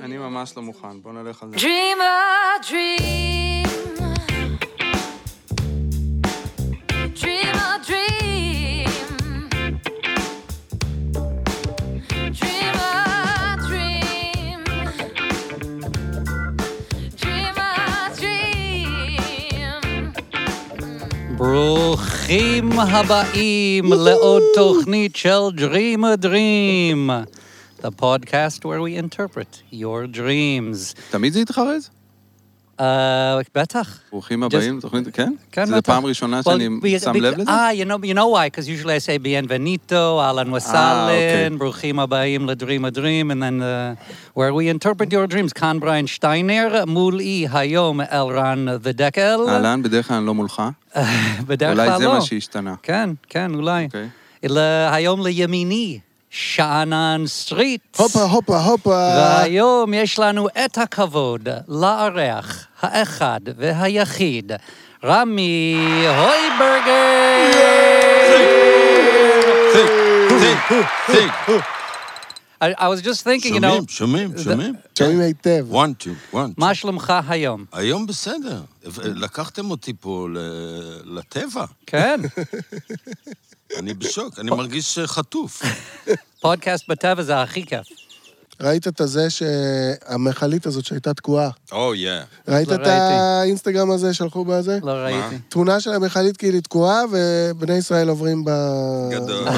אני ממש לא מוכן, בוא נלך על זה. Dream a dream. Dream a dream. Dream a dream. Dream a dream. ברוכים הבאים לעוד תוכנית של Dream a Dream, the podcast where we interpret your dreams. תמיד זה יתחרז? Uh, בטח. ברוכים הבאים, תוכנית, כן? כן, זו בטח. פעם ראשונה שאני Well, be- שם be- לב לזה? Ah, you know, you know why, because usually I say bienvenido, אהלן Ah, אוקיי. וסהלן, ברוכים הבאים לדרים הדרים, and then uh, where we interpret your dreams, כאן בריין שטיינר, מול אי היום אלרן ודקל. אהלן, בדרך כלל אני לא מולך. בדרך כלל לא. אולי זה מה שהשתנה. כן, כן, אולי. אוקיי. אלא היום לימיני, שאנן סטריט. הופה, הופה, הופה. והיום יש לנו את הכבוד לארח האחד והיחיד, רמי הויברגר! I I was just thinking, you know, שומעים, שומעים, שומעים. כן. שומעים היטב. one, two, one. מה שלומך היום? two. היום בסדר. לקחתם אותי פה ל- לטבע. כן, אני בשוק, אני מרגיש חטוף. פודקאסט בטבע זה הכי כיף. ראית את הזה שהמכלית הזאת שהייתה תקועה? Oh, או, יא. ראית לא את ראיתי. האינסטגרם הזה שלחו בזה? לא ראיתי. תמונה של המכלית כאילו תקועה, ובני ישראל עוברים ב... גדול.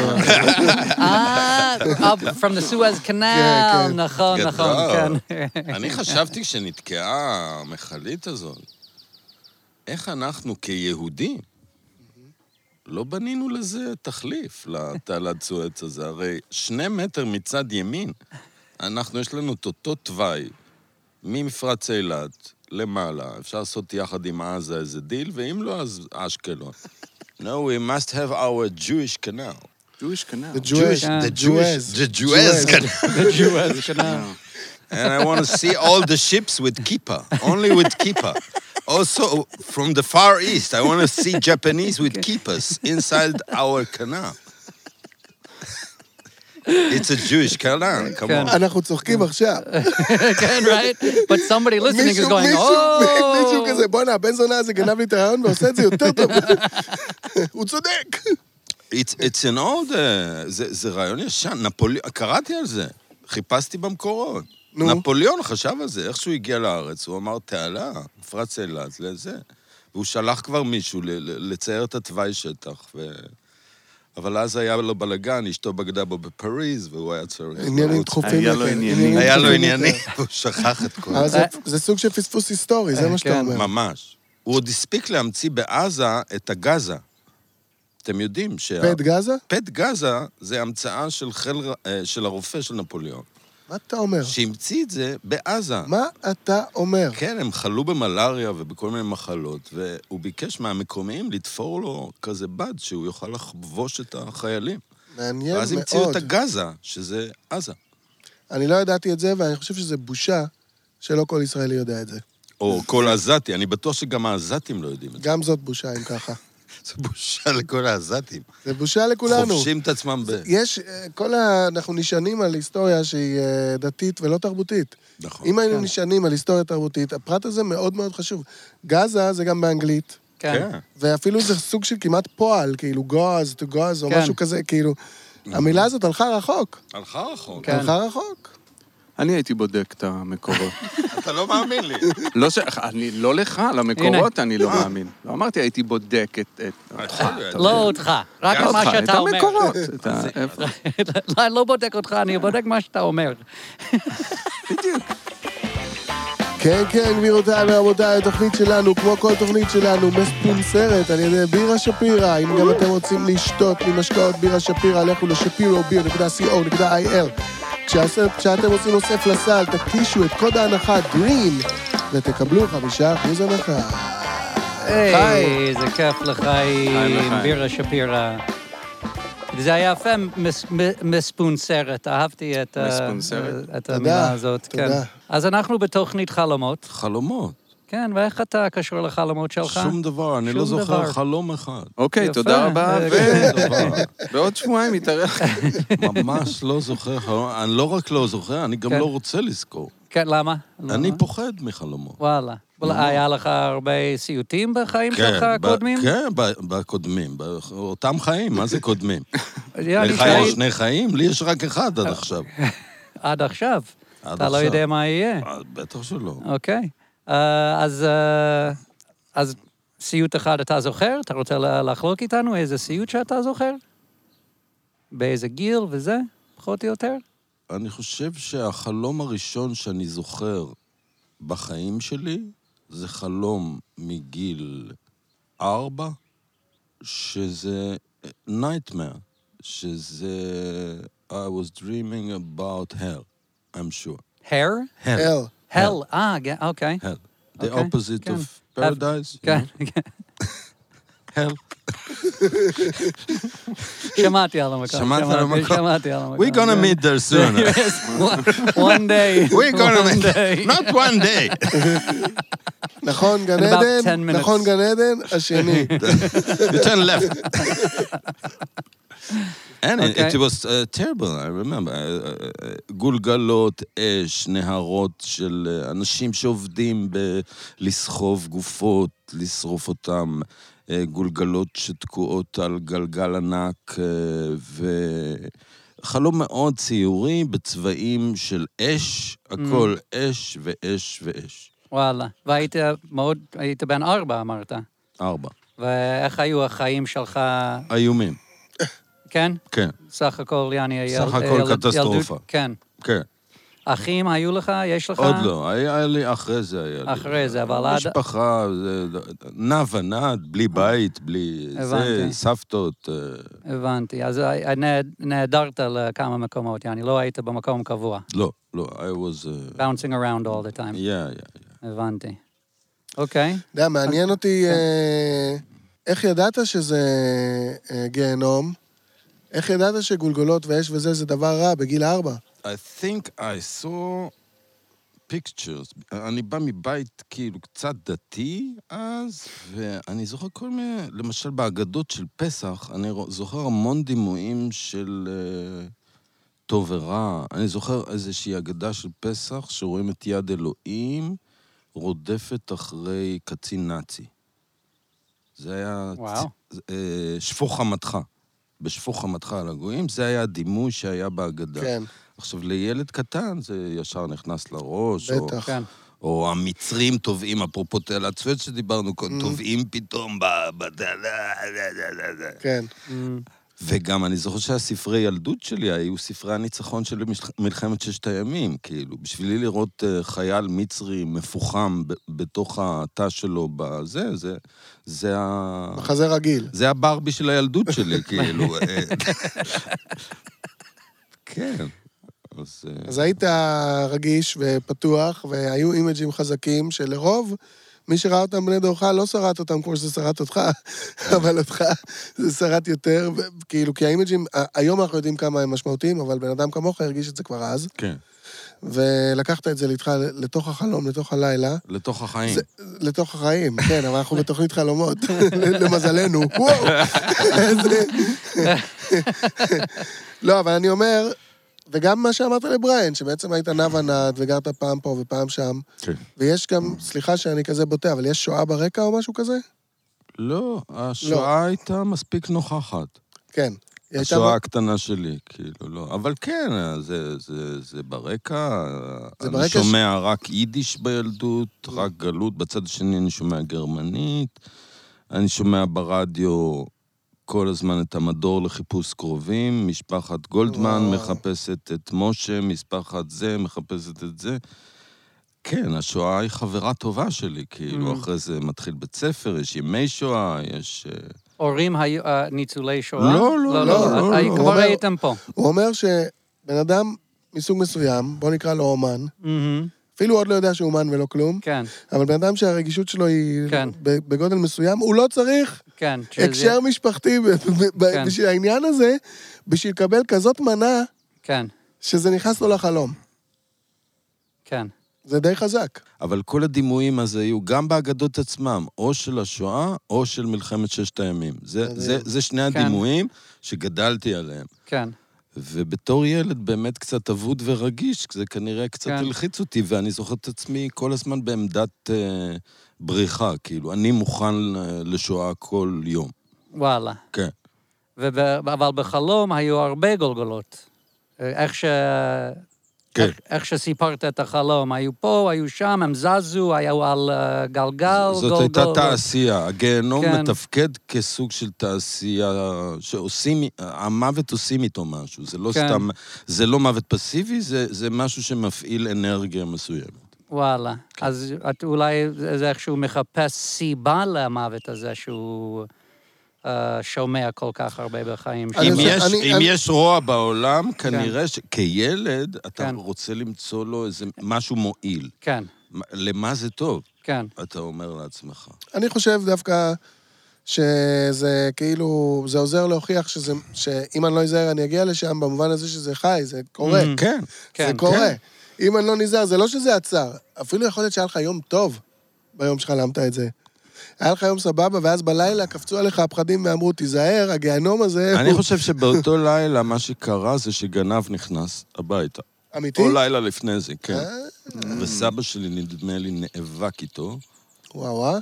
אה, up from the Suez Canal, כן, כן. נכון, נכון, גדול. כן. אני חשבתי שנתקעה המכלית הזאת. איך אנחנו כיהודים לא בנינו לזה תחליף, לתעלת סואץ הזה? הרי שני מטר מצד ימין, אנחנו, יש לנו את אותו תוואי ממפרץ אילת למעלה, אפשר לעשות יחד עם עזה איזה דיל, ואם לא, אז אשקלון. No, we must have our Jewish canal. Jewish canal. The Jewish, אה. the Jewish. The Jewish canal. Yeah. and I want to see all the ships with kippa, only with kippa. Also, from the Far East, I want to see Japanese with kippas inside our canal. It's a Jewish canal, come on. אנחנו צוחקים אה. עכשיו. כן, right? But somebody listening is מישהו, going, מישהו, oh! מישהו כזה, בואנה, הבן זונה הזה גנב לי את הרעיון ועושה את זה יותר טוב. הוא צודק. It's, it's an old... Uh, זה, זה רעיון ישן, נפוליאון, קראתי על זה, חיפשתי במקורות. נו. נפוליאון חשב על זה, איך שהוא הגיע לארץ, הוא אמר, תעלה, מפרץ אילת, לזה. והוא שלח כבר מישהו ל- ל- לצייר את התוואי שטח, ו... אבל אז היה לו בלאגן, אשתו בגדה בו בפריז, והוא היה צריך... עניינים לרוץ. דחופים. היה יותר, לו עניינים. עניינים היה לו דחופים ענייני, יותר. והוא שכח את כל אבל זה. זה- זה סוג של פספוס היסטורי, זה מה כן. שאתה אומר. ממש. הוא עוד הספיק להמציא בעזה את הגזה. אתם יודעים שה... פט גזה? פט גזה זה המצאה של, חיל, אה, של הרופא של נפוליאון, מה אתה אומר? שהמציא את זה בעזה. מה אתה אומר? כן, הם חלו במלריה ובכל מיני מחלות, והוא ביקש מהמקומיים לתפור לו כזה בד שהוא יוכל לחבוש את החיילים. מעניין כן. ואז המציאו את מאוד. הגזה, שזה עזה. אני לא ידעתי את זה, ואני חושב שזה בושה שלא כל ישראלי יודע את זה. או כל עזתי, אני בטוח שגם העזתים לא יודעים את זה. גם זאת בושה, אם ככה. זה בושה לכל העזתים. זה בושה לכולנו. חובשים את עצמם ב... יש, אה, כל ה... אנחנו נשענים על היסטוריה שהיא אה, דתית ולא תרבותית. נכון. אם כן. היינו נשענים על היסטוריה תרבותית, הפרט הזה מאוד מאוד חשוב. גזה זה גם באנגלית, כן. ואפילו זה סוג של כמעט פועל, כאילו גוז, to גוז, או כן. משהו כזה, כאילו... המילה הזאת הלכה רחוק. הלכה רחוק. כן. הלכה רחוק. אני הייתי בודק את המקורות. אתה לא מאמין לי. לא ש... אני לא לך, למקורות אני לא מאמין. לא אמרתי, הייתי בודק את... את- אותך. אתה יודע. לא אותך, רק כן. גם את מה אותך, את שאתה אומר. המקורות. את ה- איפה- לא, אני לא בודק אותך, אני בודק מה שאתה אומר. כן, כן, גבירותיי ורבותיי, התוכנית שלנו, כמו כל תוכנית שלנו, מספונסרת על ידי בירה שפירא. אם גם אתם רוצים לשתות ממשקאות בירה שפירא, לכו לשפירא.co.il. כשאתם- כשאתם עושים אוסף לסל, תקישו את קוד ההנחה DREAM ותקבלו חמישה אחוז הנחה. היי, זה כיף חיים לחיים, לחיים. בירה שפירא. זה היה יפה, מס- מ- מספונסרת, אהבתי את ה- מספונסרת. את המילה הזאת. תודה. כן. אז אנחנו בתוכנית חלומות, חלומות. כן, ואיך אתה קשור לחלומות שלך? שום דבר, אני שום לא זוכר דבר. חלום אחד. אוקיי, יפה. תודה רבה, אה, שום דבר. ובעוד שבועיים יתארח. ממש לא זוכר חלום. אני לא רק לא זוכר, אני גם כן. לא רוצה לזכור. כן, למה? אני למה? פוחד מחלומות. וואלה. אבל היה לך הרבה סיוטים בחיים שלך ב- הקודמים? כן, ב- בקודמים, באותם חיים, מה זה קודמים? היה לי לך חיים אה. יש שני חיים? לי יש רק אחד עד עכשיו. עד עכשיו. עד אתה לא עכשיו. יודע מה יהיה. אה, בטח שלא. אוקיי. אה, אז, אה, אז סיוט אחד אתה זוכר? אתה רוצה לה- לחלוק איתנו איזה סיוט שאתה זוכר? באיזה גיל וזה, פחות או יותר? אני חושב שהחלום הראשון שאני זוכר בחיים שלי זה חלום מגיל ארבע, שזה אה, nightmare, שזה I was dreaming about hell, I'm sure. הר? hell, אל, הל, אה, כן, אוקיי. hell. The אוקיי, opposite כן. of paradise, you כן, know? כן. hell. שמעתי על המקום. שמעת על שמעתי- המקום? שמעתי על המקום. We're gonna כן. meet there soon. One day. We're gonna one meet day. not one day. נכון, גן about 10 עדן, minutes. נכון, גן עדן, השני. You turn left. And it- Okay. it was uh, terrible, I remember. Uh, uh, גולגלות, אש, נהרות של uh, אנשים שעובדים בלסחוב גופות, לשרוף אותם, uh, גולגלות שתקועות על גלגל ענק, uh, וחלום מאוד ציורי בצבעים של אש, הכל אש ואש ואש. וואלה. והיית מאוד, היית בן ארבע, אמרת. ארבע. ואיך היו החיים שלך, איומים, כן? כן, סך הכל, יעני, סך יל- הכל ילד- קטסטרופה. ילדות- כן. כן. אחים היו לך? יש לך? עוד לא, היה לי, אחרי זה היה לי. אחרי זה, אבל עד- משפחה, זה- נע ונד, בלי בית, בלי זה, הבנתי. סבתות. אה, הבנתי. אז אה, נע- נעדרת לכמה מקומות, יעני, לא היית במקום קבוע. לא, לא, I was... אה, bouncing around all the time. Yeah, yeah, yeah. הבנתי. אוקיי. אתה יודע, מעניין אותי אה, איך ידעת שזה אה, גיהנום? איך ידעת שגולגולות ואש וזה זה דבר רע בגיל ארבע? I think I saw pictures. אני בא מבית כאילו קצת דתי אז, ואני זוכר כל מיני, למשל בהגדות של פסח, אני רוא- זוכר המון דימויים של אה, טוב ורע. אני זוכר איזושהי אגדה של פסח שרואים את יד אלוהים רודפת אחרי קצין נאצי. זה היה... וואו. צ- אה, שפוך חמתך. בשפוך חמתך על הגויים, זה היה הדימוי שהיה בהגדה. כן, עכשיו, לילד קטן זה ישר נכנס לראש, או, בטח. כן. או המצרים טובעים, אפרופו תעלת סואץ שדיברנו, Mm. קודם, טובעים פתאום ב... ב- דה- לה- לה- לה- לה- לה. כן. וגם אני זוכר שהספרי ילדות שלי היו ספרי הניצחון של מש- מלחמת ששת הימים, כאילו, בשבילי לראות אה, חייל מצרי מפוחם ב- בתוך התא שלו בזה, זה, זה ה... מחזה רגיל. זה הברבי של הילדות שלי, כאילו. אה. כן, אז... אה, אז היית רגיש ופתוח, והיו אימג'ים חזקים שלרוב... מי שראה אותם בני דורך לא שרט אותם כמו שזה שרט אותך, אבל אותך זה שרט יותר, ו- כאילו, כי האימג'ים, ה- היום אנחנו יודעים כמה הם משמעותיים, אבל בן אדם כמוך הרגיש את זה כבר אז, כן, ולקחת את זה איתך לתוך החלום, לתוך הלילה, לתוך החיים. לתוך החיים, כן, אבל אנחנו בתוכנית חלומות, למזלנו. וואו! איזה- לא, אבל אני אומר, וגם מה שאמרת לבריין, שבעצם היית נע ונד וגרת פעם פה ופעם שם, כן. ויש גם, סליחה שאני כזה בוטה, אבל יש שואה ברקע או משהו כזה? לא, השואה הייתה מספיק נוכחת. כן. היא הייתה- השואה הקטנה שלי, כאילו, לא. אבל כן, זה, זה, זה ברקע. זה אני ברקע ש- כן. שומע רק יידיש בילדות, רק גלות. בצד השני אני שומע גרמנית. אני שומע ברדיו כל הזמן את המדור לחיפוש קרובים. משפחת גולדמן וואו. מחפשת את משה, משפחת זה מחפשת את זה. כן, השואה היא חברה טובה שלי, כאילו, Mm. אחרי זה מתחיל בית ספר, יש ימי שואה, יש... אה, הורים היו אה, ניצולי שואה? לא, לא, לא, לא, אה, לא. הוא כבר אומר- הייתם פה. הוא אומר שבן אדם מסוג מסוים, בוא נקרא לו אומן, מהמם, אפילו עוד לא יודע שהוא אומן ולא כלום, כן, אבל בן אדם שהרגישות שלו היא כן. ב- בגודל מסוים, הוא לא צריך כן. שזה- הקשר משפחתי ב- ב- ב- כן. בשביל העניין הזה, בשביל לקבל כזאת מנה, כן, שזה נכנס לו לחלום. כן. זה די חזק. אבל כל הדימויים אז היו גם באגדות עצמם, או של השואה או של מלחמת ששת הימים. זה, מדהים. זה, זה שני כן. הדימויים שגדלתי עליהם. כן. ובתור ילד באמת קצת אבוד ורגיש, זה כנראה קצת כן. הלחיץ אותי, ואני זוכר את עצמי כל הזמן בעמדת אה, בריחה, כאילו, אני מוכן אה, לשואה כל יום. וואלה. כן. וב... אבל בחלום היו הרבה גולגולות. אה, איך ש... כן. איך, איך שסיפרת את החלום, היו פה, היו שם, הם זזו, היו על אה, גלגל, זאת הייתה תעשייה. הגיהנום כן. מתפקד כסוג של תעשייה שעושים, המוות עושים איתו משהו. זה לא כן. סתם, זה לא מוות פסיבי, זה זה משהו שמפעיל אנרגיה מסוימת. וואלה. אז את אולי זה זה איכשהו מחפש סיבה למוות הזה שהוא אה, שומע כל כך הרבה בחיים אני שלו. אם זה- יש- אני- אם אני- יש רוע בעולם, כנראה שכילד, אתה כן. רוצה למצוא לו איזה משהו מועיל. כן, מה- למה זה טוב, כן. אתה אומר לעצמך. אני חושב דווקא שזה כאילו, זה עוזר להוכיח שזה, שאם אני לא אזהר אני אגיע לשם, במובן הזה שזה חי, זה קורה. Mhm. כן. כן, זה קורה. אם אני לא נזהר, זה לא שזה עצר. אפילו יכול להיות שהיה לך יום טוב ביום שחלמת את זה. היה לך יום סבבה, ואז בלילה קפצו עליך הפחדים ואמרו, תיזהר, הגיהנום הזה אני הוא חושב שבאותו לילה מה שקרה זה שגנב נכנס הביתה. אמיתי. או לילה לפני זה, כן. אה. וסבא שלי, נדמה לי, נאבק איתו, וואו, אה? וואו.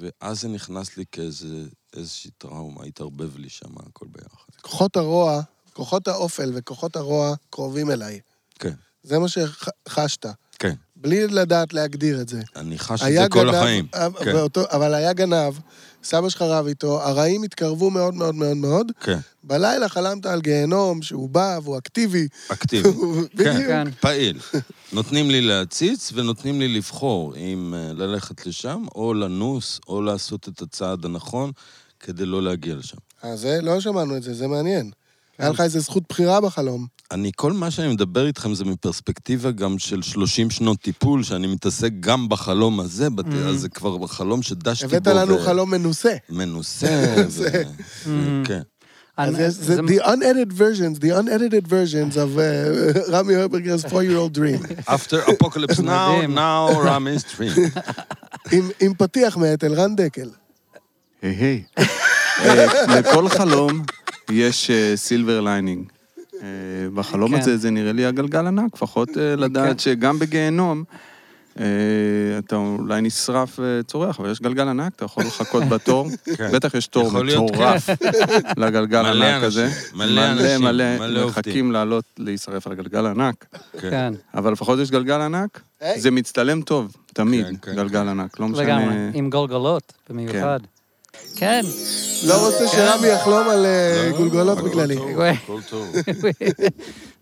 ואז זה נכנס לי כאיזה איזושהי טראומה, התערבב לי שם הכל ביחד. כוחות הרוע, כוחות האופל וכוחות הרוע קרובים אליי. כן, זה מה שחשת. כן. בלי לדעת להגדיר את זה. אני חש את היה זה כל גנב, החיים. אה, כן, באותו, אבל היה גנב, סבא שלך רב איתו, הרעים התקרבו מאוד מאוד מאוד מאוד. כן, בלילה חלמת על גיהנום, שהוא בא והוא אקטיבי. אקטיבי. בדיוק. כן. פעיל. נותנים לי להציץ ונותנים לי לבחור אם אה, ללכת לשם, או לנוס, או לעשות את הצעד הנכון, כדי לא להגיע לשם. אה, זה, לא שמענו את זה, זה מעניין. כן. היה לך איזה זכות בחירה בחלום. אני, כל מה שאני מדבר איתכם זה מפרספקטיבה גם של 30 שנות טיפול, שאני מתעסק גם בחלום הזה, בת... אז זה כבר חלום שדשתי בו. הבאת לנו ו- חלום מנוסה. מנוסה. ו... כן. אז אני- יש- זה the unedited versions, the unedited versions of uh, רמי הרברגר's four-year-old dream. After apocalypse now, מדהים. now רמי סטרים. עם- עם פתיח מאת אלרן דקל. היי היי. אה, לכל חלום יש אה, סילבר ליינינג. אה, בחלום כן. הזה זה נראה לי הגלגל ענק, לפחות אה, לדעת שגם בגיהנום אה, אתה אולי נשרף וצורח, אבל יש גלגל ענק, אתה יכול לחכות בתור. כן. בטח יש תור יכול להיות, כן. מטורף לגלגל מלא הענק אנשים, הזה. מלא אנשים, מלא מלא מלא, עובדים. מחכים לעלות, להישרף על הגלגל הענק. כן. כן. אבל לפחות יש גלגל ענק, היי. זה מצטלם טוב, תמיד, כן, כן, גלגל ענק, לא לגמרי, משנה. עם גולגולות במיוחד. כן. לא רוצה כן. שרמי יחלום על לא, אה, גולגולות הכל בגללי. טוב, אוי. הכל טוב.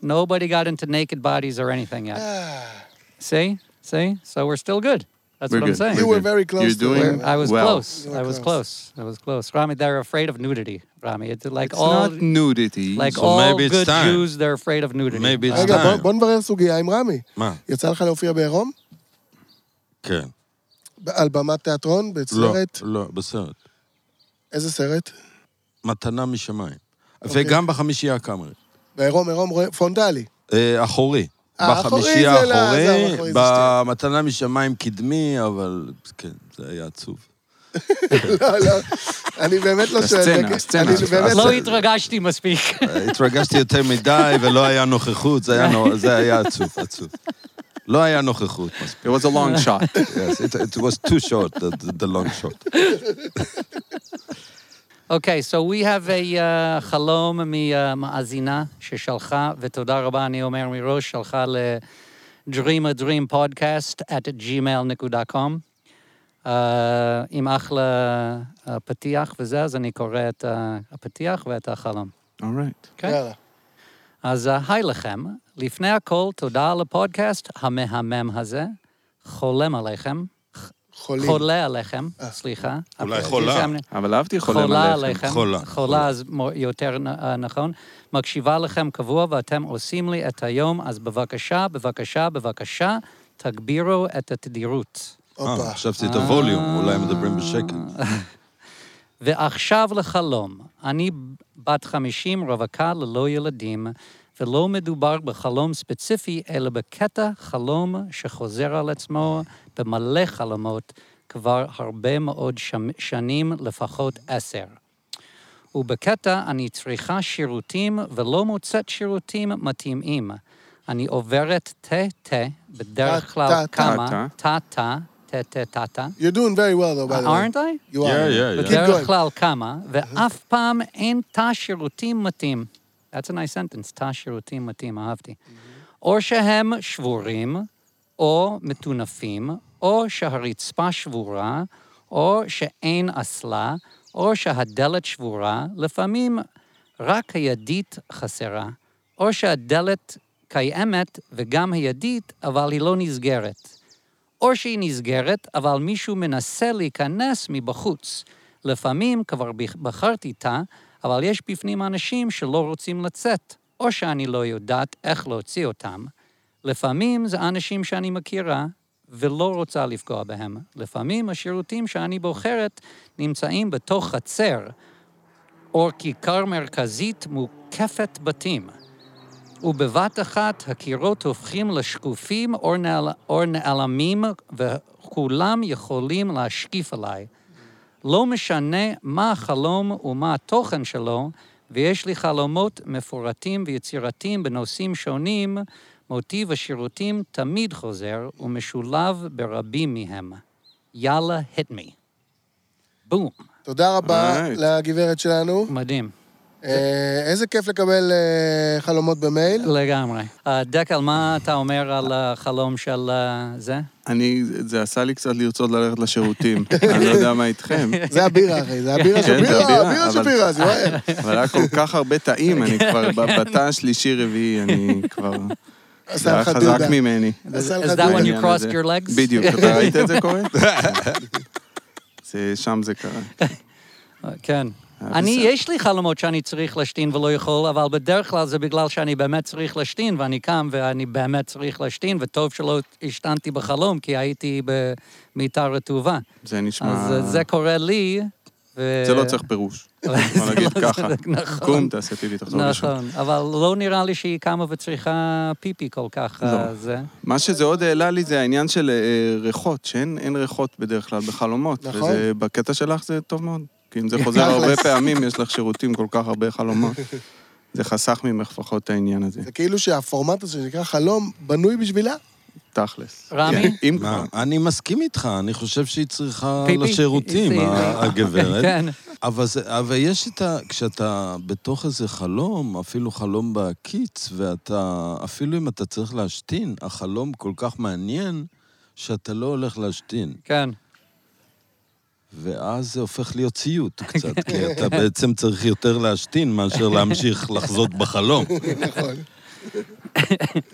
Nobody got into naked bodies or anything yet. See? See? So we're still good. That's We're what I'm good. saying. You were very close You're to doing- it. I was Well. close. You were I was close. close. I was close. Rami, they're afraid of nudity, Rami. It's like It's all not nudity. like So all maybe it's good time. Jews, they're afraid of nudity. Maybe it's רגע, בוא- time. בוא נברר סוגיה עם רמי. מה? יצא לך להופיע בעירום? כן. ב- על במת תיאטרון? לא, בסרט? לא, בסרט. איזה סרט? מתנה משמיים. אוקיי. וגם בחמישייה הקאמרית. בעירום, עירום רואה- פרונטלי. אה, אחורי. אה, אחורי בחמישי זה לא- עזוב, האחורי, אחורי זה שטויות. במתנה משמיים קדמי, אבל כן, זה היה עצוב. לא, לא. אני באמת לא שואל. הסצנה, דקל. הסצנה. אני באמת... אז לא לא- התרגשתי מספיק. התרגשתי יותר מדי ולא היה נוכחות, זה היה נורא- זה היה עצוב, עצוב. לא היה נוכחות מספיק. It was a long shot. Yes, it, it was too short, the, the- the long shot. אוקיי, so we have a uh, חלום ממאזינה ששלחה, ותודה רבה, אני אומר מראש, שלחה ל- dream a dream podcast at gmail.com. Uh, עם אחלה uh, פתיח וזה, אז אני קורא את ה- הפתיח ואת החלום. All right. אוקיי? יאללה. אז אה, היי לכם. לפני הכל, תודה על הפודקאסט המהמם הזה. חולם עליכם. חולים. חולה עליכם, סליחה. אולי אבל- חולה. זה- אבל אהבתי חולם חולה עליכם. עליכם. חולה. חולה, אז מו- יותר נ- אה, נכון. מקשיבה לכם קבוע ואתם עושים לי את היום, אז בבקשה, בבקשה, בבקשה, תגבירו את התדירות. אה, הופה. חשבתי את הווליום, אולי הם מדברים בשקט. ועכשיו לחלום. אני בת 50, רווקה ללא ילדים, ולא מדובר בחלום ספציפי, אלא בקטע חלום שחוזר על עצמו במלא חלומות כבר הרבה מאוד שמ- שנים, לפחות עשר. ובקטע אני צריכה שירותים ולא מוצאת שירותים מתאימים. אני עוברת טה-טה, בדרך כלל טה-טה. כמה, טה-טה, טה-טה, טה-טה. You're doing very well, though, by the way. aren't I? You Yeah, are. yeah, But keep yeah. בדרך going. כלל כמה, ואף פעם אין תא שירותים מתאים. That's a nice sentence, תא שירותים מתאים, אהבתי. או שהם שבורים, או מטונפים, או שהרצפה שבורה, או שאין אסלה, או שהדלת שבורה, לפעמים רק הידית חסרה, או שהדלת קיימת וגם הידית, אבל היא לא נסגרת. או שהיא נסגרת, אבל מישהו מנסה להיכנס מבחוץ. לפעמים כבר בח- בחרתי תא, אבל יש בפנים אנשים שלא רוצים לצאת, או שאני לא יודעת איך להוציא אותם. לפעמים זה אנשים שאני מכירה ולא רוצה לפגוע בהם. לפעמים השירותים שאני בוחרת נמצאים בתוך חצר, או כיכר מרכזית מוקפת בתים. ובבת אחת הקירות הופכים לשקופים או, נעל... או נעלמים, וכולם יכולים להשקיף עליי. לא משנה מה החלום ומה התוכן שלו, ויש לי חלומות מפורטים ויצירתיים בנושאים שונים, מוטיב השירותים תמיד חוזר ומשולב ברבים מהם. יאללה, hit me. בום. תודה רבה Alright. לגברת שלנו. מדהים. אה, איזה כיף לקבל אה, חלומות במייל. לגמרי. אה, דקל, מה אתה אומר על החלום של אה, זה? אני, זה עשה לי קצת לרצות ללכת לשירותים. אני לא יודע מה איתכם. זה הבירה, אחי, זה הבירה של כן, זה בירה, הבירה, הבירה של אבל- בירה, זה וואל. אבל היה כל כך הרבה תאים, כן. אני כבר, ב- בתא השלישי-רביעי, אני כבר... זה עשה היה לך חזק דודה. ממני. עשה לך Is that when דודה. you העניין crossed הזה. your legs? בדיוק, אתה ראית את זה קורה? זה- שם זה קרה. כן. אה, אני, בסדר. יש לי חלומות שאני צריך להשתין ולא יכול, אבל בדרך כלל זה בגלל שאני באמת צריך להשתין, ואני קם ואני באמת צריך להשתין, וטוב שלא השתנתי בחלום, כי הייתי במיטה רטובה. זה נשמע... אז אה, זה קורה לי, ו... זה לא צריך פירוש. בוא זה נגיד לא ככה. צריך, נכון. קום, תעשה פיפי, תחזור לשם. נכון, אבל לא נראה לי שהיא קמה וצריכה פיפי כל כך, אה, לא. זה. מה שזה עוד העלה לי זה העניין של אה, ריחות, שאין אין ריחות בדרך כלל בחלומות. נכון. וזה- בקטע שלך זה טוב מאוד. כי אם זה חוזר הרבה פעמים, יש לך שירותים כל כך הרבה חלומות. זה חסך ממך לפחות את העניין הזה, זה כאילו שהפורמט הזה שנקרא חלום בנוי בשבילה. תכלס. רמי? כן, אם מה, כבר. אני מסכים איתך, אני חושב שהיא צריכה פיפי? לשירותים, היא- ה- היא- הגברת. כן. אבל, זה, אבל יש את ה... כשאתה בתוך איזה חלום, אפילו חלום בהקיץ, ואתה... אפילו אם אתה צריך להשתין, החלום כל כך מעניין, שאתה לא הולך להשתין. כן. ואז זה הופך להיות ציוט קצת, כן. כי אתה בעצם צריך יותר להשתין מאשר להמשיך לחזות בחלום. נכון.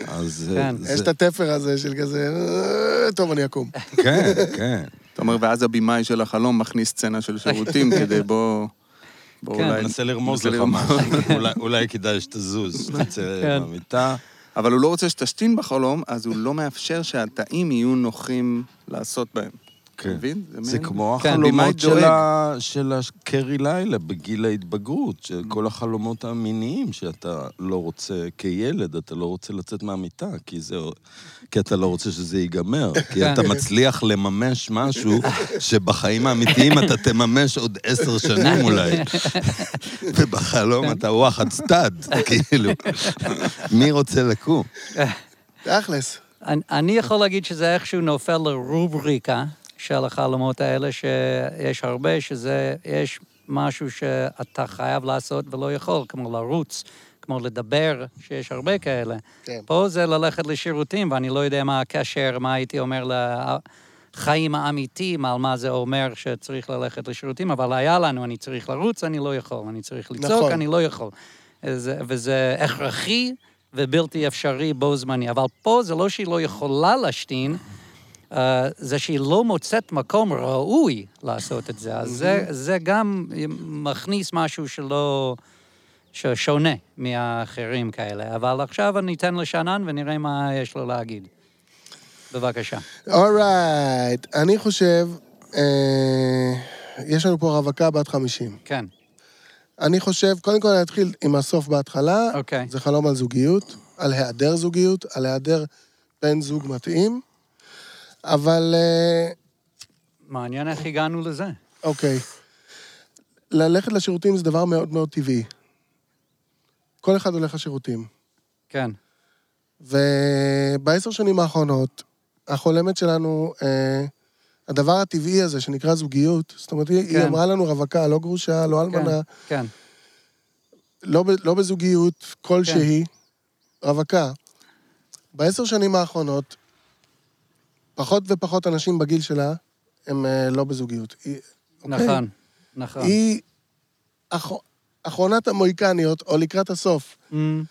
אז... אה, כן. זה- יש את התפר הזה של כזה, "אה, טוב, אני אקום. כן, כן. אתה אומר, ואז הבמאי של החלום מכניס סצנה של שירותים כדי בוא... בוא כן. אולי- מנסה לרמוז מנסה לך לרמוז. משהו, אולי- אולי כדאי שתזוז, שתצא כן. מהמיטה. אבל הוא לא רוצה שתשתין בחלום, אז הוא לא מאפשר שהתאים יהיו נוחים לעשות בהם. כן. מבין? זה זה מעין- כמו כן, במאי החלומות של דואג. ה- של הקרי לילה בגיל ההתבגרות, של Mm. כל החלומות המיניים שאתה לא רוצה, כילד, אתה לא רוצה לצאת מהמיטה, כי זה... כי אתה לא רוצה שזה ייגמר, כי כן. אתה מצליח לממש משהו שבחיים האמיתיים אתה תממש עוד עשר שנים אולי, ובחלום כן. אתה וואחד סטאד, כאילו, מי רוצה לקום? תכלס. אני- אני יכול להגיד שזה איכשהו נופל לרובריקה של החלומות האלה, שיש הרבה שזה, יש משהו שאתה חייב לעשות ולא יכול, כמו לרוץ, כמו לדבר, שיש הרבה כאלה. כן. פה זה ללכת לשירותים, ואני לא יודע מה הקשר, מה הייתי אומר לחיים האמיתיים, על מה זה אומר שצריך ללכת לשירותים, אבל היה לנו, אני צריך לרוץ, אני לא יכול, אני צריך לצעוק, נכון. אני לא יכול. זה, וזה הכרחי ובלתי אפשרי בו זמני. אבל פה זה לא שהיא לא יכולה להשתין, אה, זה שהיא לא מוצאת מקום ראוי לעשות את זה. אז זה, זה גם מכניס משהו שלא... ששונה מהאחרים כאלה. אבל עכשיו אני אתן לשנן ונראה מה יש לו להגיד. בבקשה. אורייט, אני חושב, אה, יש לנו פה רווקה בת 50. כן. אני חושב, קודם כל אני אתחיל עם הסוף בהתחלה. אוקיי. זה חלום על זוגיות, על היעדר זוגיות, על היעדר בן זוג מתאים. אבל אה, מעניין איך הגענו לזה. אוקיי. ללכת לשירותים זה דבר מאוד מאוד טבעי. כל אחד הולך לשירותים. כן. ובעשר שנים האחרונות, החולמת שלנו, אה, הדבר הטבעי הזה שנקרא זוגיות, זאת אומרת, היא, היא כן. אמרה לנו רווקה, לא גרושה, לא כן, אלמנה, כן. לא, ב- לא בזוגיות כלשהי, כן. רווקה. בעשר שנים האחרונות, פחות ופחות אנשים בגיל שלה הם אה, לא בזוגיות. היא, אוקיי? נכון. נכון. היא אח, אחרונת המוהיקניות, או לקראת הסוף. אמ,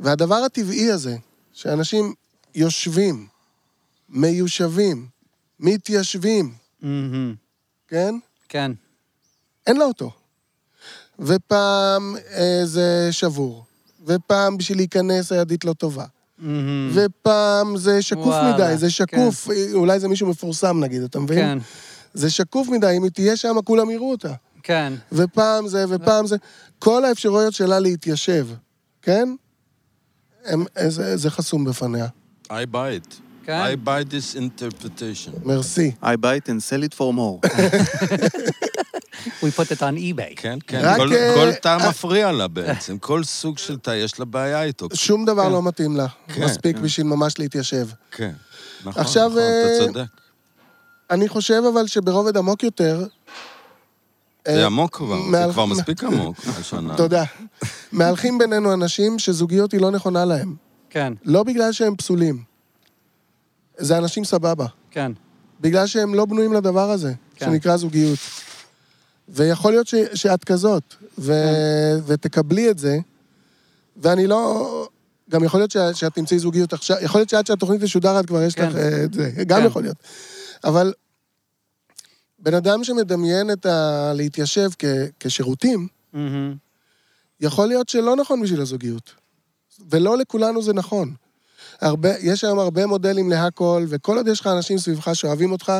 והדבר הטבעי הזה, שאנשים יושבים, מיושבים, מתיישבים, אמ, כן? כן. אין לה אותו. ופעם אה, זה שבור, ופעם בשביל להיכנס הידית לא טובה, Mm-hmm. אמ, ופעם זה שקוף וואלה, מדי, זה שקוף, אה, אולי זה מישהו מפורסם נגיד, אתה מבין? כן, זה שקוף מדי, אם היא תהיה שם, כולם יראו אותה. כן. ופעם זה, ופעם זה. כל האפשרויות שלה להתיישב, כן? הם, אה, זה, זה חסום בפניה. I buy it. כן. I buy this interpretation. מרסי. I buy it and sell it for more. We put it on eBay. כן, כן. רק, כל, אה, כל תא מפריע לה בעצם. כל סוג של תא, יש לה בעיה איתו. שום דבר כן. לא מתאים לה. כן, מספיק בשביל ממש להתיישב. כן. נכון, עכשיו, נכון, אה, אתה צודק. אני חושב אבל שברובד עמוק יותר... זה אה, עמוק אה. כבר, מעל- זה כבר מספיק עמוק, השנה. תודה. מהלכים בינינו אנשים שזוגיות היא לא נכונה להם. כן, לא בגלל שהם פסולים. זה אנשים סבבה. כן. בגלל שהם לא בנויים לדבר הזה, כן. שנקרא זוגיות. ויכול להיות ש, שאת כזאת, ו, כן. ותקבלי את זה, ואני לא... גם יכול להיות ש, שאת תמצאי זוגיות עכשיו, יכול להיות שעד שהתוכנית תשודר את כבר יש כן. לך אה, את זה, גם כן. יכול להיות. אבל בן אדם שמדמיין את ה... להתיישב כ, כשירותים, Mm-hmm. אמ, יכול להיות שלא נכון בשביל הזוגיות. ולא לכולנו זה נכון. הרבה, יש היום הרבה מודלים להכל, וכל עוד יש לך אנשים סביבך שאוהבים אותך,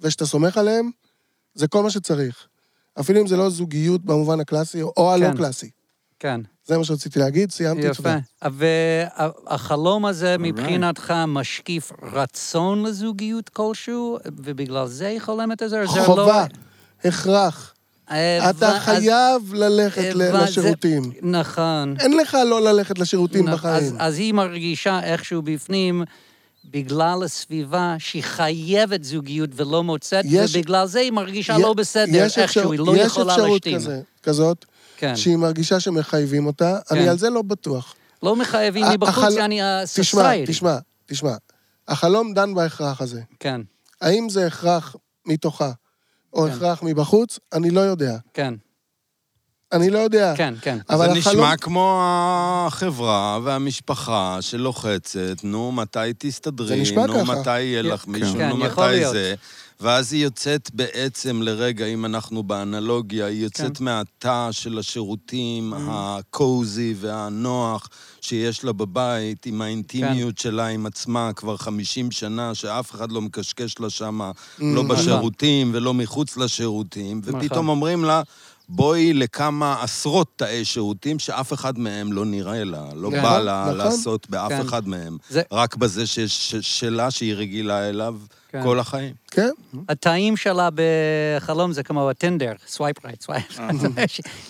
ושאתה סומך עליהם, זה כל מה שצריך. אפילו אם זה לא זוגיות במובן הקלאסי, או הלא כן. קלאסי. כן. זה מה שרציתי להגיד, סיימתי יפה. תודה. והחלום הזה מבחינתך משקיף רצון לזוגיות כלשהו, ובגלל זה היא חולמת על זה? או זה לא- חובה, הכרח. אה, ו- אתה אז- חייב ללכת אה, ל- וזה- לשירותים. נכון. אין לך לא ללכת לשירותים נכון. בחיים. אז- אז היא מרגישה איכשהו בפנים, בגלל הסביבה, שהיא חייבת זוגיות ולא מוצאת, יש- ובגלל זה היא מרגישה י- לא בסדר יש איכשהו, אפשר- היא לא יכולה יש אפשרות להשתים. כזה- כזאת, כן. שהיא מרגישה שמחייבים אותה, אני כן. על זה לא בטוח. לא מחייבים ה- מבחוץ, אה, אה, החל- אני תשמע, הסוסיירי. תשמע, תשמע. החלום דן בהכרח הזה. כן, האם זה הכרח מתוכה או כן. הכרח מבחוץ? אני לא יודע. כן, אני לא יודע. כן, כן. אבל זה החלום... נשמע כמו החברה והמשפחה שלוחצת, נו, מתי זה תסתדרי, נשמע נו, ככה. מתי יהיה לך מישהו, כן, נו, יכול מתי להיות. זה. ואז היא יוצאת בעצם לרגע, אם אנחנו באנלוגיה, היא כן. יוצאת מהתא של Mm-hmm. השירותים הקוזי והנוח שיש לה בבית, עם האינטימיות כן. שלה עם עצמה כבר 50 שנה, שאף אחד לא מקשקש לה שמה, Mm-hmm. לא נכון. בשירותים ולא מחוץ לשירותים, נכון. ופתאום אומרים לה, בואי לכמה עשרות תאי שירותים שאף אחד מהם לא נראה לה, לא נכון, בא לה נכון. לעשות באף כן. אחד מהם. זה- רק בזה שיש ש- שלה שהיא רגילה אליו כן. כל החיים. כן, התאים שלה בחלום זה כמו הטינדר, סווייפ רייט, סווייפ.